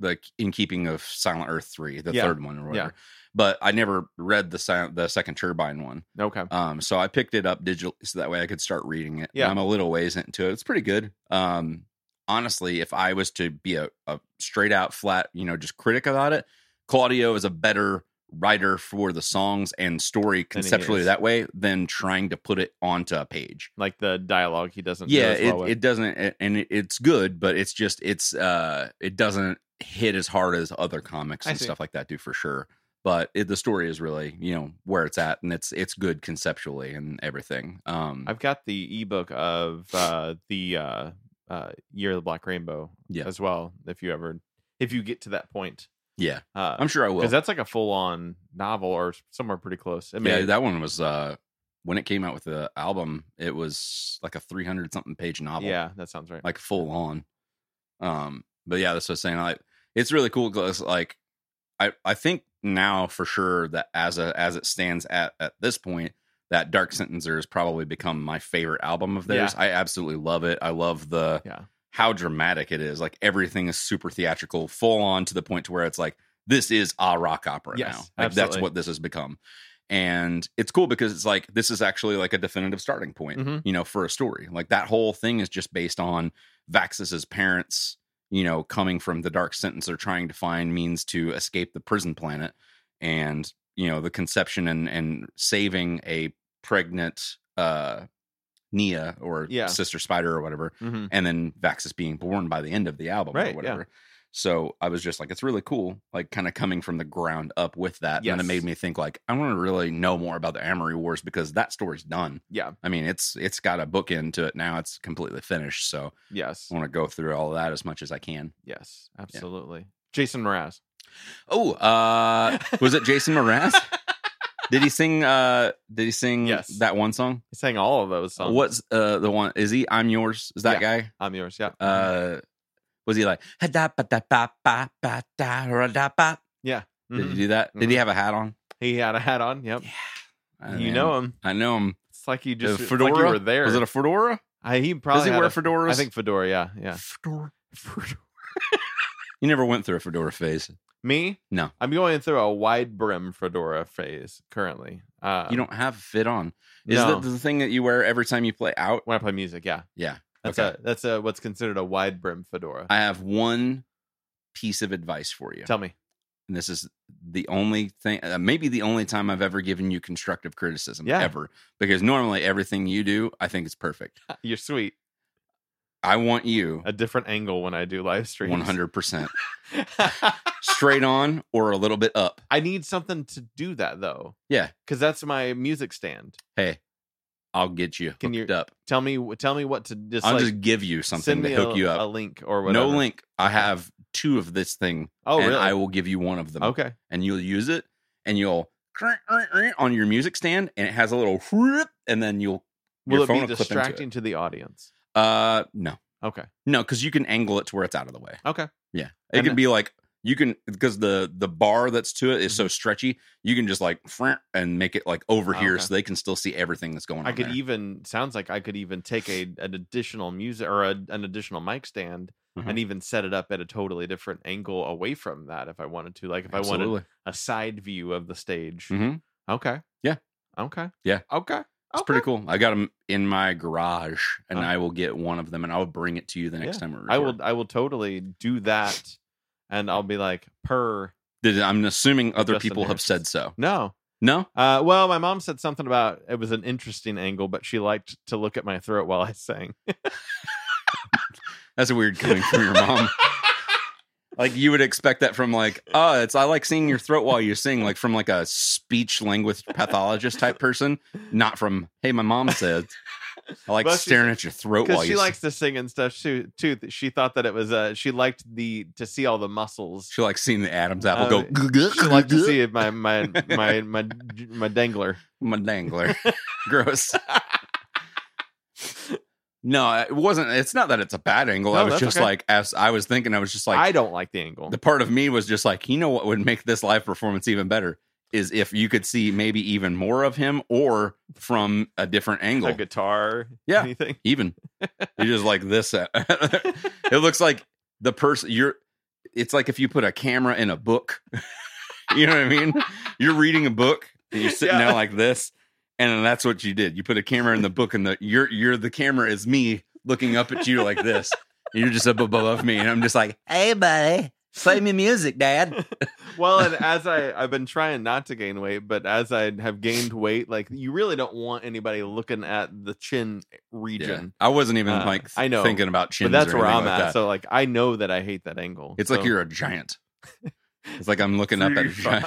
Speaker 2: like in keeping of silent earth 3 the
Speaker 3: Yeah.
Speaker 2: third one or whatever but i never read the sil the second turbine one
Speaker 3: Okay.
Speaker 2: um so i picked it up digitally so that way i could start reading it
Speaker 3: Yeah.
Speaker 2: i'm a little ways into it it's pretty good um honestly if i was to be a, a straight out flat you know just critic about it claudio is a better writer for the songs and story
Speaker 3: he
Speaker 2: conceptually
Speaker 3: is.
Speaker 2: that way than trying to put it onto a page
Speaker 3: Like the dialogue he doesn't do
Speaker 2: yeah
Speaker 3: as well
Speaker 2: it,
Speaker 3: with.
Speaker 2: it doesn't a- and it, it's good but it's just it's uh it doesn't hit as hard as other comics
Speaker 3: I
Speaker 2: and
Speaker 3: see.
Speaker 2: stuff like that do for sure but it, the story is really you know where it's at and it's it's good conceptually and everything um
Speaker 3: I've got the ebook of uh, the uh, uh, Year of the Black Rainbow
Speaker 2: Yeah.
Speaker 3: as well. If you ever, if you get to that point,
Speaker 2: yeah
Speaker 3: because
Speaker 2: i'm sure i will
Speaker 3: that's like a full on novel or somewhere pretty close. I mean,
Speaker 2: yeah that one was uh when it came out with the album it was like a 300 something page novel
Speaker 3: yeah, that sounds right.
Speaker 2: like full on. Um, but yeah, that's what I'm saying. Like, it's really cool because like, I I think now for sure that as a as it stands at at this point, that Dark Sentencer has probably become my favorite album of theirs. I absolutely love it. I love the
Speaker 3: yeah,
Speaker 2: how dramatic it is. Like everything is super theatrical, full on to the point to where it's like this is a rock opera
Speaker 3: Yes,
Speaker 2: now. Like that's
Speaker 3: absolutely.
Speaker 2: what this has become. And it's cool because it's like this is actually like a definitive starting point,
Speaker 3: Mhm.
Speaker 2: you know, for a story. Like that whole thing is just based on Vaxis's parents, you know, coming from the dark sentence or trying to find means to escape the prison planet and, you know, the conception and and saving a pregnant uh Nia or
Speaker 3: Yeah.
Speaker 2: sister spider or whatever
Speaker 3: Mhm.
Speaker 2: and then Vax is being born by the end of the album
Speaker 3: Right,
Speaker 2: or
Speaker 3: yeah.
Speaker 2: whatever. So I was just like, it's really cool, like kind of coming from the ground up with that. And then it
Speaker 3: Yes.
Speaker 2: made me think like, I want to really know more about the Amory Wars because that story's done.
Speaker 3: yeah,
Speaker 2: I mean, it's it's got a book into it now. It's completely finished. So
Speaker 3: yes,
Speaker 2: I want to go through all that as much as I can.
Speaker 3: yes, absolutely. Jason Mraz.
Speaker 2: Oh, uh was it Jason Mraz? did he sing uh did he sing
Speaker 3: Yes.
Speaker 2: that one song?
Speaker 3: He sang all of those songs.
Speaker 2: What's uh the one is he I'm yours? Is that guy?
Speaker 3: I'm yours. Yeah, Mm-hmm.
Speaker 2: uh was he like "Ha-da-ba-da-ba-ba-ba-da-ra-da-ba." did
Speaker 3: Mhm.
Speaker 2: he do that did he have a hat on
Speaker 3: he had a hat on. Yep,
Speaker 2: I
Speaker 3: you
Speaker 2: mean,
Speaker 3: know him.
Speaker 2: i know him
Speaker 3: It's like you
Speaker 2: The
Speaker 3: just fedora.
Speaker 2: fedora
Speaker 3: Like you were there.
Speaker 2: was it a fedora
Speaker 3: I, he probably
Speaker 2: does he
Speaker 3: had
Speaker 2: wear
Speaker 3: a-
Speaker 2: fedoras
Speaker 3: I think fedora. Yeah, yeah.
Speaker 2: fedora you never went through a fedora phase
Speaker 3: Me?
Speaker 2: No.
Speaker 3: I'm going through a wide brim fedora phase currently. Uh,
Speaker 2: you don't have a fit on is
Speaker 3: no.
Speaker 2: that the thing that you wear every time you play out
Speaker 3: when I play music? Yeah,
Speaker 2: yeah
Speaker 3: that's
Speaker 2: Okay.
Speaker 3: a that's a what's considered a wide brim fedora.
Speaker 2: i have one piece of advice for you
Speaker 3: Tell me.
Speaker 2: and this is the only thing uh, maybe the only time i've ever given you constructive criticism
Speaker 3: Yeah.
Speaker 2: ever because normally everything you do i think is perfect
Speaker 3: Uh, You're sweet.
Speaker 2: i want you
Speaker 3: A different angle when I do live streams.
Speaker 2: 100% straight on or a little bit up
Speaker 3: I need something to do that though.
Speaker 2: Yeah.
Speaker 3: Because that's my music stand.
Speaker 2: hey i'll get you
Speaker 3: Can you-
Speaker 2: hooked up
Speaker 3: Tell me. Tell me what to just.
Speaker 2: i'll
Speaker 3: like,
Speaker 2: just give you something
Speaker 3: send
Speaker 2: to
Speaker 3: me
Speaker 2: hook
Speaker 3: a,
Speaker 2: you
Speaker 3: A
Speaker 2: up
Speaker 3: link or whatever.
Speaker 2: no link i have two of this thing
Speaker 3: Oh
Speaker 2: and
Speaker 3: really?
Speaker 2: i will give you one of them
Speaker 3: okay.
Speaker 2: and you'll use it and you'll on your music stand and it has a little and then you'll
Speaker 3: Will
Speaker 2: your
Speaker 3: it
Speaker 2: phone
Speaker 3: be
Speaker 2: will clip into it.
Speaker 3: distracting to the audience?
Speaker 2: uh no
Speaker 3: Okay.
Speaker 2: no because you can angle it to where it's out of the way
Speaker 3: Okay.
Speaker 2: yeah it
Speaker 3: And-
Speaker 2: can be like you can because the the bar that's to it is
Speaker 3: Mm-hmm.
Speaker 2: so stretchy you can just like and make it like over
Speaker 3: Oh,
Speaker 2: here
Speaker 3: okay.
Speaker 2: so they can still see everything that's going on
Speaker 3: I could
Speaker 2: there.
Speaker 3: even sounds like I could even take a an additional music or a, an additional mic stand
Speaker 2: Mhm.
Speaker 3: and even set it up at a totally different angle away from that if I wanted to. Like if I wanted
Speaker 2: Absolutely.
Speaker 3: a side view of the stage.
Speaker 2: Mhm.
Speaker 3: Okay.
Speaker 2: Yeah.
Speaker 3: Okay.
Speaker 2: Yeah.
Speaker 3: Okay.
Speaker 2: It's pretty cool. I got them in my garage, and
Speaker 3: Oh.
Speaker 2: I will get one of them, and I will bring it to you the next
Speaker 3: Yeah.
Speaker 2: time. We
Speaker 3: I will I will totally do that, and I'll be like per
Speaker 2: Did, I'm assuming other
Speaker 3: Justin
Speaker 2: people have
Speaker 3: Harris.
Speaker 2: said so.
Speaker 3: no.
Speaker 2: No,
Speaker 3: Uh, well, my mom said something about it was an interesting angle, but she liked to look at my throat while I sang.
Speaker 2: that's a weird coming from your mom. like you would expect that from like, oh, it's I like seeing your throat while you sing, like from like a speech language pathologist type person, not from hey, my mom said. I like
Speaker 3: Well, she's-
Speaker 2: staring at your throat while
Speaker 3: because
Speaker 2: you. s-
Speaker 3: she likes to sing and stuff too. Too, that she thought that it was. Uh, she liked the to see all the muscles.
Speaker 2: she likes seeing the Adam's apple go.
Speaker 3: Uh,
Speaker 2: "Gug,
Speaker 3: She
Speaker 2: gug,
Speaker 3: liked to
Speaker 2: gug."
Speaker 3: see my my my my my dangler.
Speaker 2: my dangler. Gross. No, it wasn't. It's not that it's a bad angle. I
Speaker 3: No,
Speaker 2: was
Speaker 3: that's
Speaker 2: just
Speaker 3: okay.
Speaker 2: like, as I was thinking, I was just like,
Speaker 3: I don't like the angle.
Speaker 2: the part of me was just like, you know what would make this live performance even better is if you could see maybe even more of him or from a different angle.
Speaker 3: A guitar.
Speaker 2: Yeah.
Speaker 3: Anything.
Speaker 2: even you're just like this. it looks like the person you're. It's like if you put a camera in a book. you know what I mean? You're reading a book and you're sitting
Speaker 3: Yeah.
Speaker 2: there like this, and that's what you did. You put a camera in the book, and the you're you're the camera is me looking up at you like this. And you're just up above me, and I'm just like, "Hey, buddy, play me music, Dad."
Speaker 3: Well, and as I I've been trying not to gain weight, but as I have gained weight, like you really don't want anybody looking at the chin
Speaker 2: Yeah.
Speaker 3: region.
Speaker 2: I wasn't even
Speaker 3: Uh,
Speaker 2: like
Speaker 3: I know.
Speaker 2: thinking about chins.
Speaker 3: But that's
Speaker 2: or
Speaker 3: where
Speaker 2: anything
Speaker 3: I'm
Speaker 2: like
Speaker 3: at.
Speaker 2: that.
Speaker 3: So like I know that I hate that angle.
Speaker 2: it's
Speaker 3: So-
Speaker 2: like you're a giant. It's like I'm looking up at a giant.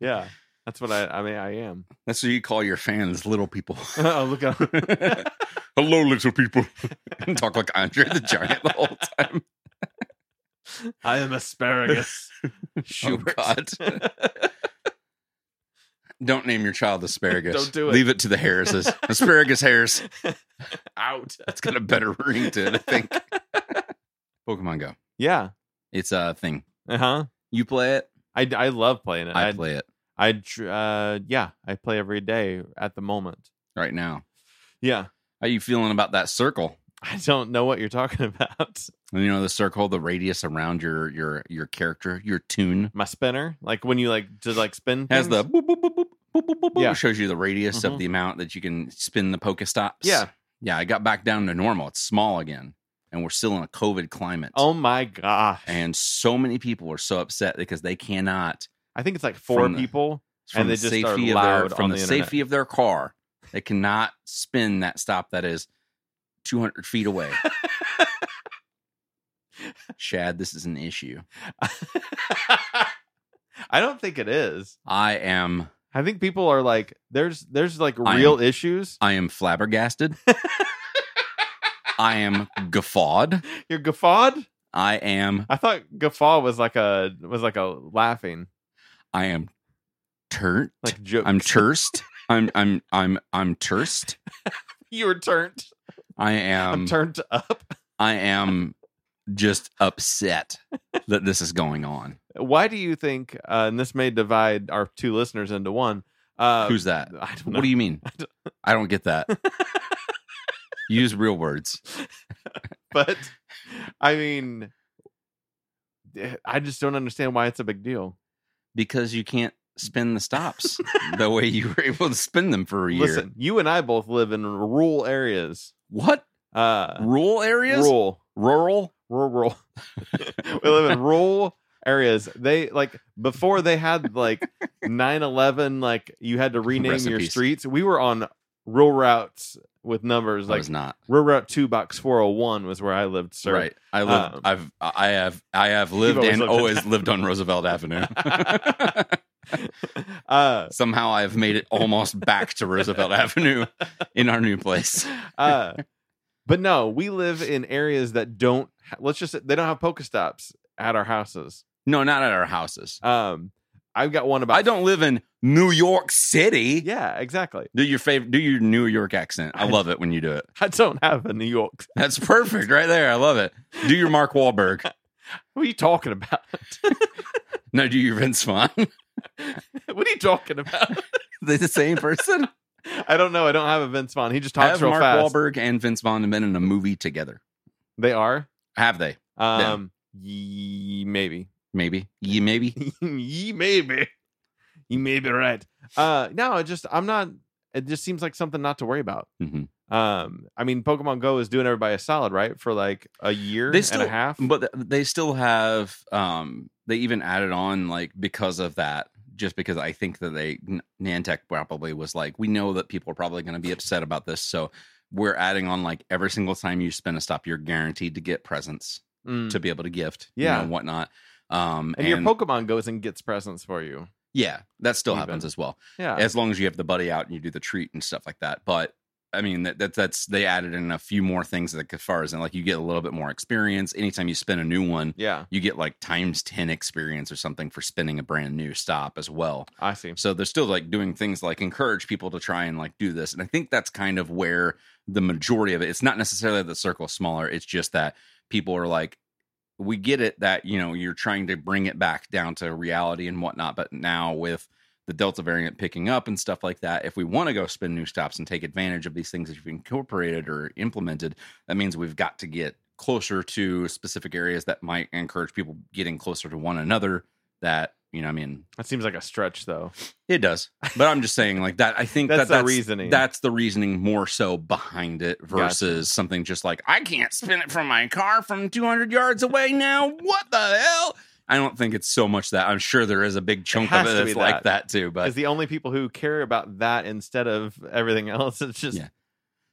Speaker 3: yeah. That's what I I mean I am.
Speaker 2: That's what you call your fans, little people.
Speaker 3: oh look out.
Speaker 2: Hello, little people. and talk like Andre the Giant the whole time. Oh,
Speaker 3: I am asparagus. Schubert.
Speaker 2: God. Don't name your child asparagus.
Speaker 3: Don't do it.
Speaker 2: Leave it to the Harrises. asparagus Harris.
Speaker 3: Out.
Speaker 2: That's got a better ring to it, I think. Pokemon Go.
Speaker 3: Yeah.
Speaker 2: It's a thing.
Speaker 3: Uh-huh.
Speaker 2: You play it.
Speaker 3: I, I love playing it.
Speaker 2: I play it
Speaker 3: I tr- uh yeah, I play every day at the moment.
Speaker 2: right now.
Speaker 3: Yeah.
Speaker 2: How you feeling about that circle?
Speaker 3: I don't know what you're talking about.
Speaker 2: You know the circle, the radius around your your your character, your tune.
Speaker 3: My spinner, like when you like to like spin
Speaker 2: has the
Speaker 3: things?
Speaker 2: boop, boop, boop, boop, boop, boop, boop, boop.
Speaker 3: Yeah.
Speaker 2: shows you the radius
Speaker 3: Mhm.
Speaker 2: of the amount that you can spin the Pokestops.
Speaker 3: Yeah.
Speaker 2: Yeah, I got back down to normal. It's small again. And we're still in a COVID climate.
Speaker 3: Oh my gosh.
Speaker 2: And so many people are so upset because they cannot
Speaker 3: I think it's like four
Speaker 2: From the-
Speaker 3: people.
Speaker 2: from
Speaker 3: And they
Speaker 2: the
Speaker 3: just are
Speaker 2: safety of their
Speaker 3: loud
Speaker 2: from
Speaker 3: on
Speaker 2: the,
Speaker 3: the internet.
Speaker 2: safety of their car, they cannot spin that stop that is two hundred feet away. Chad, this is an issue.
Speaker 3: I don't think it is.
Speaker 2: I am
Speaker 3: I think people are like there's there's like
Speaker 2: I am-
Speaker 3: real issues.
Speaker 2: I am flabbergasted. I am guffawed.
Speaker 3: You're guffawed?
Speaker 2: I am
Speaker 3: I thought guffaw was like a was like a laughing
Speaker 2: I am turned.
Speaker 3: like joke.
Speaker 2: I'm cursed. I'm I'm I'm I'm cursed.
Speaker 3: you were turned.
Speaker 2: I am
Speaker 3: I'm turned up.
Speaker 2: I am just upset that this is going on.
Speaker 3: Why do you think? Uh, and this may divide our two listeners into one. Uh,
Speaker 2: Who's that?
Speaker 3: I don't know.
Speaker 2: What do you mean?
Speaker 3: don't-
Speaker 2: I don't get that. Use real words.
Speaker 3: but I mean, eh, I just don't understand why it's a big deal.
Speaker 2: Because you can't spin the stops the way you were able to spin them for a year.
Speaker 3: Listen, you and I both live in rural areas.
Speaker 2: What?
Speaker 3: Uh,
Speaker 2: Rural areas?
Speaker 3: rural,
Speaker 2: Rural?
Speaker 3: rural. we live in rural areas. They like before they had like 9-11, Like you had to rename
Speaker 2: Rest in
Speaker 3: your
Speaker 2: peace.
Speaker 3: streets. We were on rural routes with numbers
Speaker 2: I
Speaker 3: like
Speaker 2: was not.
Speaker 3: rural route two box four hundred one was where I lived. Sir.
Speaker 2: Right. I live
Speaker 3: Um,
Speaker 2: I've I have I have lived
Speaker 3: always
Speaker 2: and
Speaker 3: lived in
Speaker 2: always
Speaker 3: that.
Speaker 2: lived on Roosevelt Avenue.
Speaker 3: uh,
Speaker 2: somehow I've made it almost back to Roosevelt Avenue in our new place.
Speaker 3: uh, but no, we live in areas that don't. ha- Let's just they don't have Pokestops at our houses.
Speaker 2: No, not at our houses.
Speaker 3: Um, I've got one about.
Speaker 2: I don't live in New York City.
Speaker 3: Yeah, exactly.
Speaker 2: Do your favorite, do your New York accent. I
Speaker 3: I-
Speaker 2: love it when you do it.
Speaker 3: I don't have a New York.
Speaker 2: That's perfect right there. I love it. Do your Mark Wahlberg.
Speaker 3: What are you talking about?
Speaker 2: No, do your Vince Vaughn.
Speaker 3: what are you talking about?
Speaker 2: They're the same person.
Speaker 3: I don't know. I don't have a Vince Vaughn. He just talks
Speaker 2: Have
Speaker 3: real
Speaker 2: Mark
Speaker 3: fast.
Speaker 2: Wahlberg and Vince Vaughn been in a movie together?
Speaker 3: They are.
Speaker 2: Have they?
Speaker 3: Um, ye, maybe.
Speaker 2: Maybe. Ye maybe.
Speaker 3: ye maybe. You may be right. Uh, no, I just I'm not. It just seems like something not to worry about.
Speaker 2: Mhm.
Speaker 3: Um, I mean, Pokemon Go is doing everybody a solid, right? For like a year
Speaker 2: They
Speaker 3: and
Speaker 2: still-
Speaker 3: a half.
Speaker 2: but th- they still have um they even added on like because of that just because i think that they N- nantech probably was like we know that people are probably going to be upset about this so we're adding on like every single time you spin a stop you're guaranteed to get presents
Speaker 3: Mm.
Speaker 2: to be able to gift
Speaker 3: Yeah.
Speaker 2: you know, and whatnot um
Speaker 3: and,
Speaker 2: and,
Speaker 3: your Pokemon goes and gets presents for you.
Speaker 2: yeah that still
Speaker 3: Even.
Speaker 2: happens as well
Speaker 3: Yeah.
Speaker 2: as long as you have the buddy out and you do the treat and stuff like that but I mean that, that that's they added in a few more things like as far as and like you get a little bit more experience. Anytime you spin a new one,
Speaker 3: Yeah,
Speaker 2: you get like times ten experience or something for spinning a brand new stop as well.
Speaker 3: I see.
Speaker 2: So they're still like doing things like encourage people to try and like do this. And I think that's kind of where the majority of it, it's not necessarily that the circle is smaller. It's just that people are like, we get it that, you know, you're trying to bring it back down to reality and whatnot. But now with the Delta variant picking up and stuff like that, if we want to go spin new stops and take advantage of these things that you've incorporated or implemented, that means we've got to get closer to specific areas that might encourage people getting closer to one another that, you know, I mean,
Speaker 3: That seems like a stretch, though.
Speaker 2: it does, but I'm just saying, like that. I think that
Speaker 3: That's the
Speaker 2: that's,
Speaker 3: reasoning.
Speaker 2: That's the reasoning more so behind it versus something just like I can't spin it from my car from 200 yards away now. What the hell? I don't think it's so much that. I'm sure there is a big chunk of
Speaker 3: has
Speaker 2: it
Speaker 3: to
Speaker 2: that's
Speaker 3: be
Speaker 2: like that
Speaker 3: that.
Speaker 2: too. But
Speaker 3: Because the only people who care about that instead of everything else, it's just
Speaker 2: Yeah.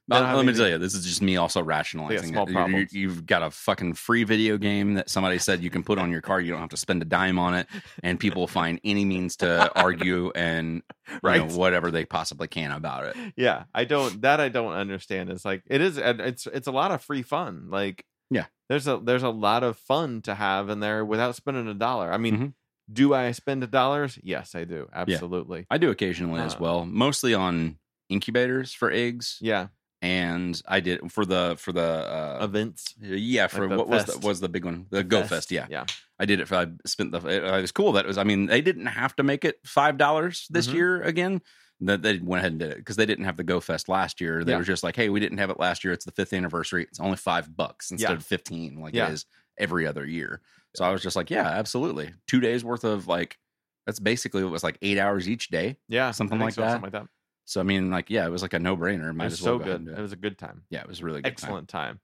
Speaker 3: They
Speaker 2: But
Speaker 3: don't have
Speaker 2: let me
Speaker 3: anything-
Speaker 2: tell you, this is just me also rationalizing
Speaker 3: small
Speaker 2: it. You- You,
Speaker 3: problems.
Speaker 2: you've got a fucking free video game that somebody said you can put on your car. You don't have to spend a dime on it, and people find any means to argue and you know,
Speaker 3: Right.
Speaker 2: whatever they possibly can about it.
Speaker 3: yeah i don't that i don't understand it's like it is and it's it's a lot of free fun like
Speaker 2: Yeah.
Speaker 3: there's a there's a lot of fun to have in there without spending a dollar i mean
Speaker 2: Mhm.
Speaker 3: do i spend dollars yes i do absolutely
Speaker 2: I do occasionally as
Speaker 3: Uh.
Speaker 2: well, mostly on incubators for eggs,
Speaker 3: yeah,
Speaker 2: and I did for the for the uh,
Speaker 3: events
Speaker 2: yeah for
Speaker 3: like the
Speaker 2: what was
Speaker 3: fest.
Speaker 2: the, was the big one the Go Fest, yeah
Speaker 3: yeah
Speaker 2: I did it for I spent the it, it was cool that it was I mean they didn't have to make it five dollars this
Speaker 3: Mhm.
Speaker 2: year again that they went ahead and did it because they didn't have the Go Fest last year they
Speaker 3: Yeah.
Speaker 2: were just like hey we didn't have it last year it's the fifth anniversary it's only five bucks instead
Speaker 3: Yeah.
Speaker 2: of fifteen like
Speaker 3: Yeah.
Speaker 2: it is every other year so I was just like yeah absolutely two days worth of like that's basically it was like eight hours each day
Speaker 3: yeah
Speaker 2: Something
Speaker 3: I think
Speaker 2: like
Speaker 3: so,
Speaker 2: that.
Speaker 3: something like that
Speaker 2: So I mean, like, yeah, it was like a no brainer.
Speaker 3: it
Speaker 2: Might
Speaker 3: was
Speaker 2: as well
Speaker 3: so
Speaker 2: go ahead
Speaker 3: good
Speaker 2: and do
Speaker 3: it
Speaker 2: it.
Speaker 3: was a good time
Speaker 2: Yeah, it was a really good. time.
Speaker 3: excellent time,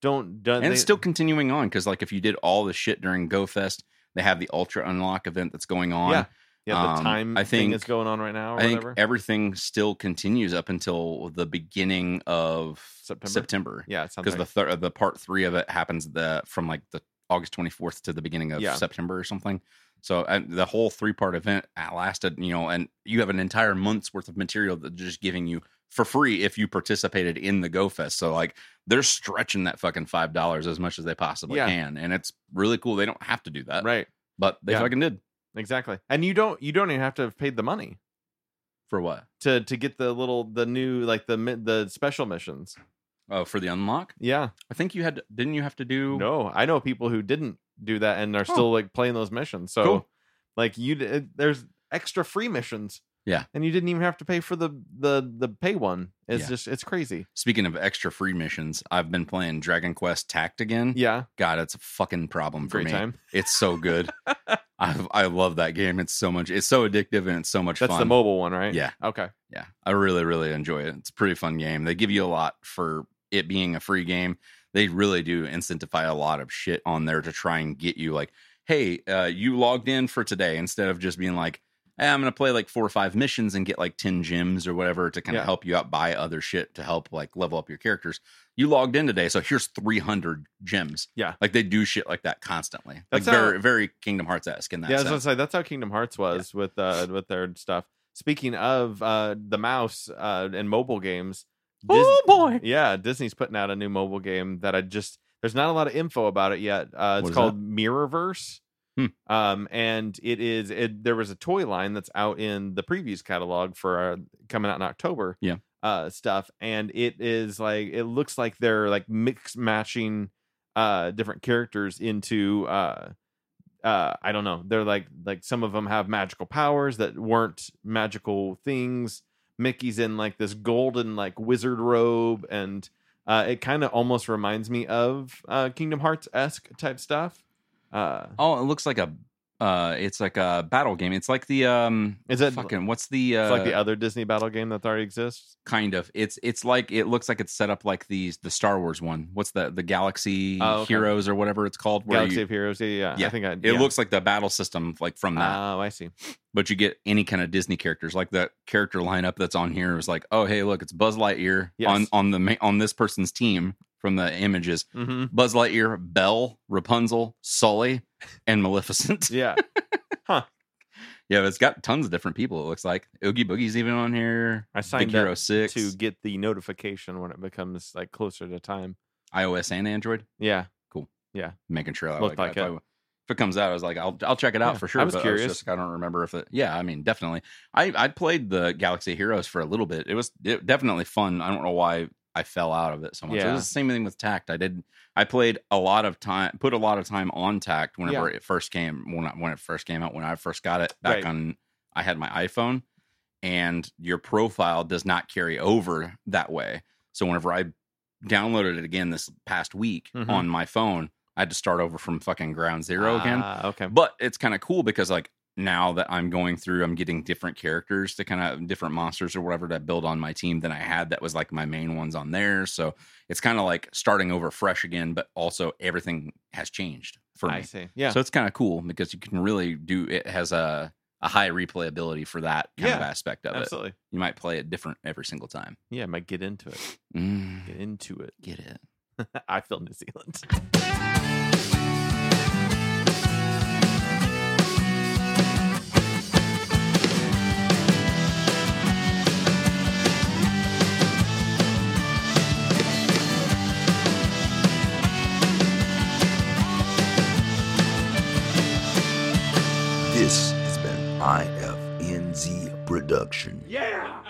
Speaker 3: don't don't
Speaker 2: And
Speaker 3: they-
Speaker 2: it's still continuing on because, like, if you did all the shit during Go Fest, they have the Ultra Unlock event that's going on.
Speaker 3: Yeah, yeah the
Speaker 2: um,
Speaker 3: time
Speaker 2: I
Speaker 3: thing
Speaker 2: think-
Speaker 3: that's going on right now or
Speaker 2: I think
Speaker 3: whatever
Speaker 2: everything still continues up until the beginning of
Speaker 3: September?
Speaker 2: September,
Speaker 3: yeah it sounds
Speaker 2: because
Speaker 3: like
Speaker 2: the thir- the part three of it happens the from like the August twenty fourth to the beginning of
Speaker 3: Yeah.
Speaker 2: September or something. So and the whole three part event at lasted, you know, and you have an entire month's worth of material that they're just giving you for free if you participated in the Go Fest. So like they're stretching that fucking five dollars as much as they possibly
Speaker 3: Yeah.
Speaker 2: can, and it's really cool. They don't have to do that,
Speaker 3: right
Speaker 2: but they
Speaker 3: Yeah.
Speaker 2: fucking did
Speaker 3: exactly and you don't you don't even have to have paid the money
Speaker 2: for what?
Speaker 3: to to get the little the new like the mi- the special missions.
Speaker 2: Oh, for the unlock.
Speaker 3: Yeah.
Speaker 2: I think you had didn't you have to do
Speaker 3: No, I know people who didn't do that and are
Speaker 2: Huh.
Speaker 3: still like playing those missions. So
Speaker 2: Cool.
Speaker 3: like you d- it- there's extra free missions.
Speaker 2: Yeah.
Speaker 3: And you didn't even have to pay for the the the pay one. It's
Speaker 2: Yeah.
Speaker 3: just it's crazy.
Speaker 2: Speaking of extra free missions, I've been playing Dragon Quest Tact again.
Speaker 3: Yeah.
Speaker 2: God, it's a fucking problem for
Speaker 3: Great
Speaker 2: me.
Speaker 3: time.
Speaker 2: It's so good. I I love that game. It's so much. It's so addictive and it's so much
Speaker 3: That's
Speaker 2: fun.
Speaker 3: the mobile one, right?
Speaker 2: Yeah,
Speaker 3: Okay.
Speaker 2: yeah. I really really enjoy it. It's a pretty fun game. They give you a lot for it being a free game. They really do incentify a lot of shit on there to try and get you like, hey, uh, you logged in for today instead of just being like, eh, I'm gonna play like four or five missions and get like ten gems or whatever to kind of
Speaker 3: Yeah.
Speaker 2: help you out buy other shit to help like level up your characters. You logged in today, so here's 300 gems.
Speaker 3: Yeah.
Speaker 2: Like they do shit like that constantly.
Speaker 3: That's
Speaker 2: like
Speaker 3: how-
Speaker 2: very very Kingdom Hearts esque in that
Speaker 3: yeah, I was
Speaker 2: sense.
Speaker 3: gonna say that's how Kingdom Hearts was with uh with their stuff. Speaking of uh the mouse uh and mobile games,
Speaker 2: Oh, boy.
Speaker 3: Yeah, Disney's putting out a new mobile game that I just there's not a lot of info about it yet. Uh
Speaker 2: What
Speaker 3: it's
Speaker 2: is
Speaker 3: called Mirrorverse.
Speaker 2: Hmm.
Speaker 3: Um and it is it there was a toy line that's out in the previews catalog for uh, coming out in October.
Speaker 2: Yeah.
Speaker 3: Uh stuff and it is like it looks like they're like mix matching uh different characters into uh uh i don't know they're like like some of them have magical powers that weren't magical things mickey's in like this golden like wizard robe and uh it kind of almost reminds me of uh kingdom hearts-esque type stuff uh
Speaker 2: Oh, it looks like a uh it's like a battle game. It's like the um
Speaker 3: Is it-
Speaker 2: fucking what's the uh
Speaker 3: it's like the other disney battle game that already exists
Speaker 2: kind of it's it's like it looks like it's set up like these the Star Wars one. What's the the Galaxy
Speaker 3: Oh, okay.
Speaker 2: Heroes or whatever it's called where
Speaker 3: galaxy
Speaker 2: you-
Speaker 3: of heroes yeah, yeah yeah
Speaker 2: Yeah.
Speaker 3: i think I,
Speaker 2: it
Speaker 3: yeah.
Speaker 2: looks like the battle system like from that.
Speaker 3: oh i see
Speaker 2: but you get any kind of Disney characters like that character lineup that's on here is like, "Oh, hey, look, it's Buzz Lightyear
Speaker 3: Yes.
Speaker 2: on on the ma- on this person's team from the images.
Speaker 3: hmm
Speaker 2: Buzz Lightyear, Belle, Rapunzel, Sully, and Maleficent."
Speaker 3: yeah
Speaker 2: Yeah, but it's got tons of different people. It looks like Oogie Boogie's even on here.
Speaker 3: I signed
Speaker 2: Big Hero
Speaker 3: up
Speaker 2: Six,
Speaker 3: to get the notification when it becomes like closer to time.
Speaker 2: iOS and Android.
Speaker 3: yeah,
Speaker 2: Making sure I
Speaker 3: Looked
Speaker 2: like,
Speaker 3: like
Speaker 2: I-
Speaker 3: it.
Speaker 2: if it comes out, I was like, I'll I'll check it out
Speaker 3: Yeah,
Speaker 2: for sure.
Speaker 3: I was
Speaker 2: but I,
Speaker 3: curious.
Speaker 2: just- I don't remember if it. Yeah, I mean, definitely. I I played the Galaxy Heroes for a little bit. It was it, definitely fun. I don't know why I fell out of it so much. It
Speaker 3: Yeah.
Speaker 2: was the same thing with Tact. I did. I played a lot of time, put a lot of time on Tact whenever it first came when I- when it first came out when I first got it back
Speaker 3: Right.
Speaker 2: on. I had my iPhone, and your profile does not carry over that way. So whenever I downloaded it again this past week
Speaker 3: Mhm.
Speaker 2: on my phone, I had to start over from fucking ground zero again.
Speaker 3: Ah, okay,
Speaker 2: But it's kind of cool because like now that I'm going through, I'm getting different characters to kind of different monsters or whatever to build on my team than I had that was like my main ones on there. So it's kind of like starting over fresh again, but also everything has changed for
Speaker 3: I
Speaker 2: me.
Speaker 3: see. Yeah,
Speaker 2: So it's kind of cool because you can really do it has a a high replayability for that kind of
Speaker 3: Yeah,
Speaker 2: aspect of
Speaker 3: absolutely.
Speaker 2: it. You might play it different every single time.
Speaker 3: Yeah, I might get into it.
Speaker 2: Mm,
Speaker 3: Get into it.
Speaker 2: get it.
Speaker 3: I feel New Zealand.
Speaker 4: This has been IFNZ Production.
Speaker 3: Yeah.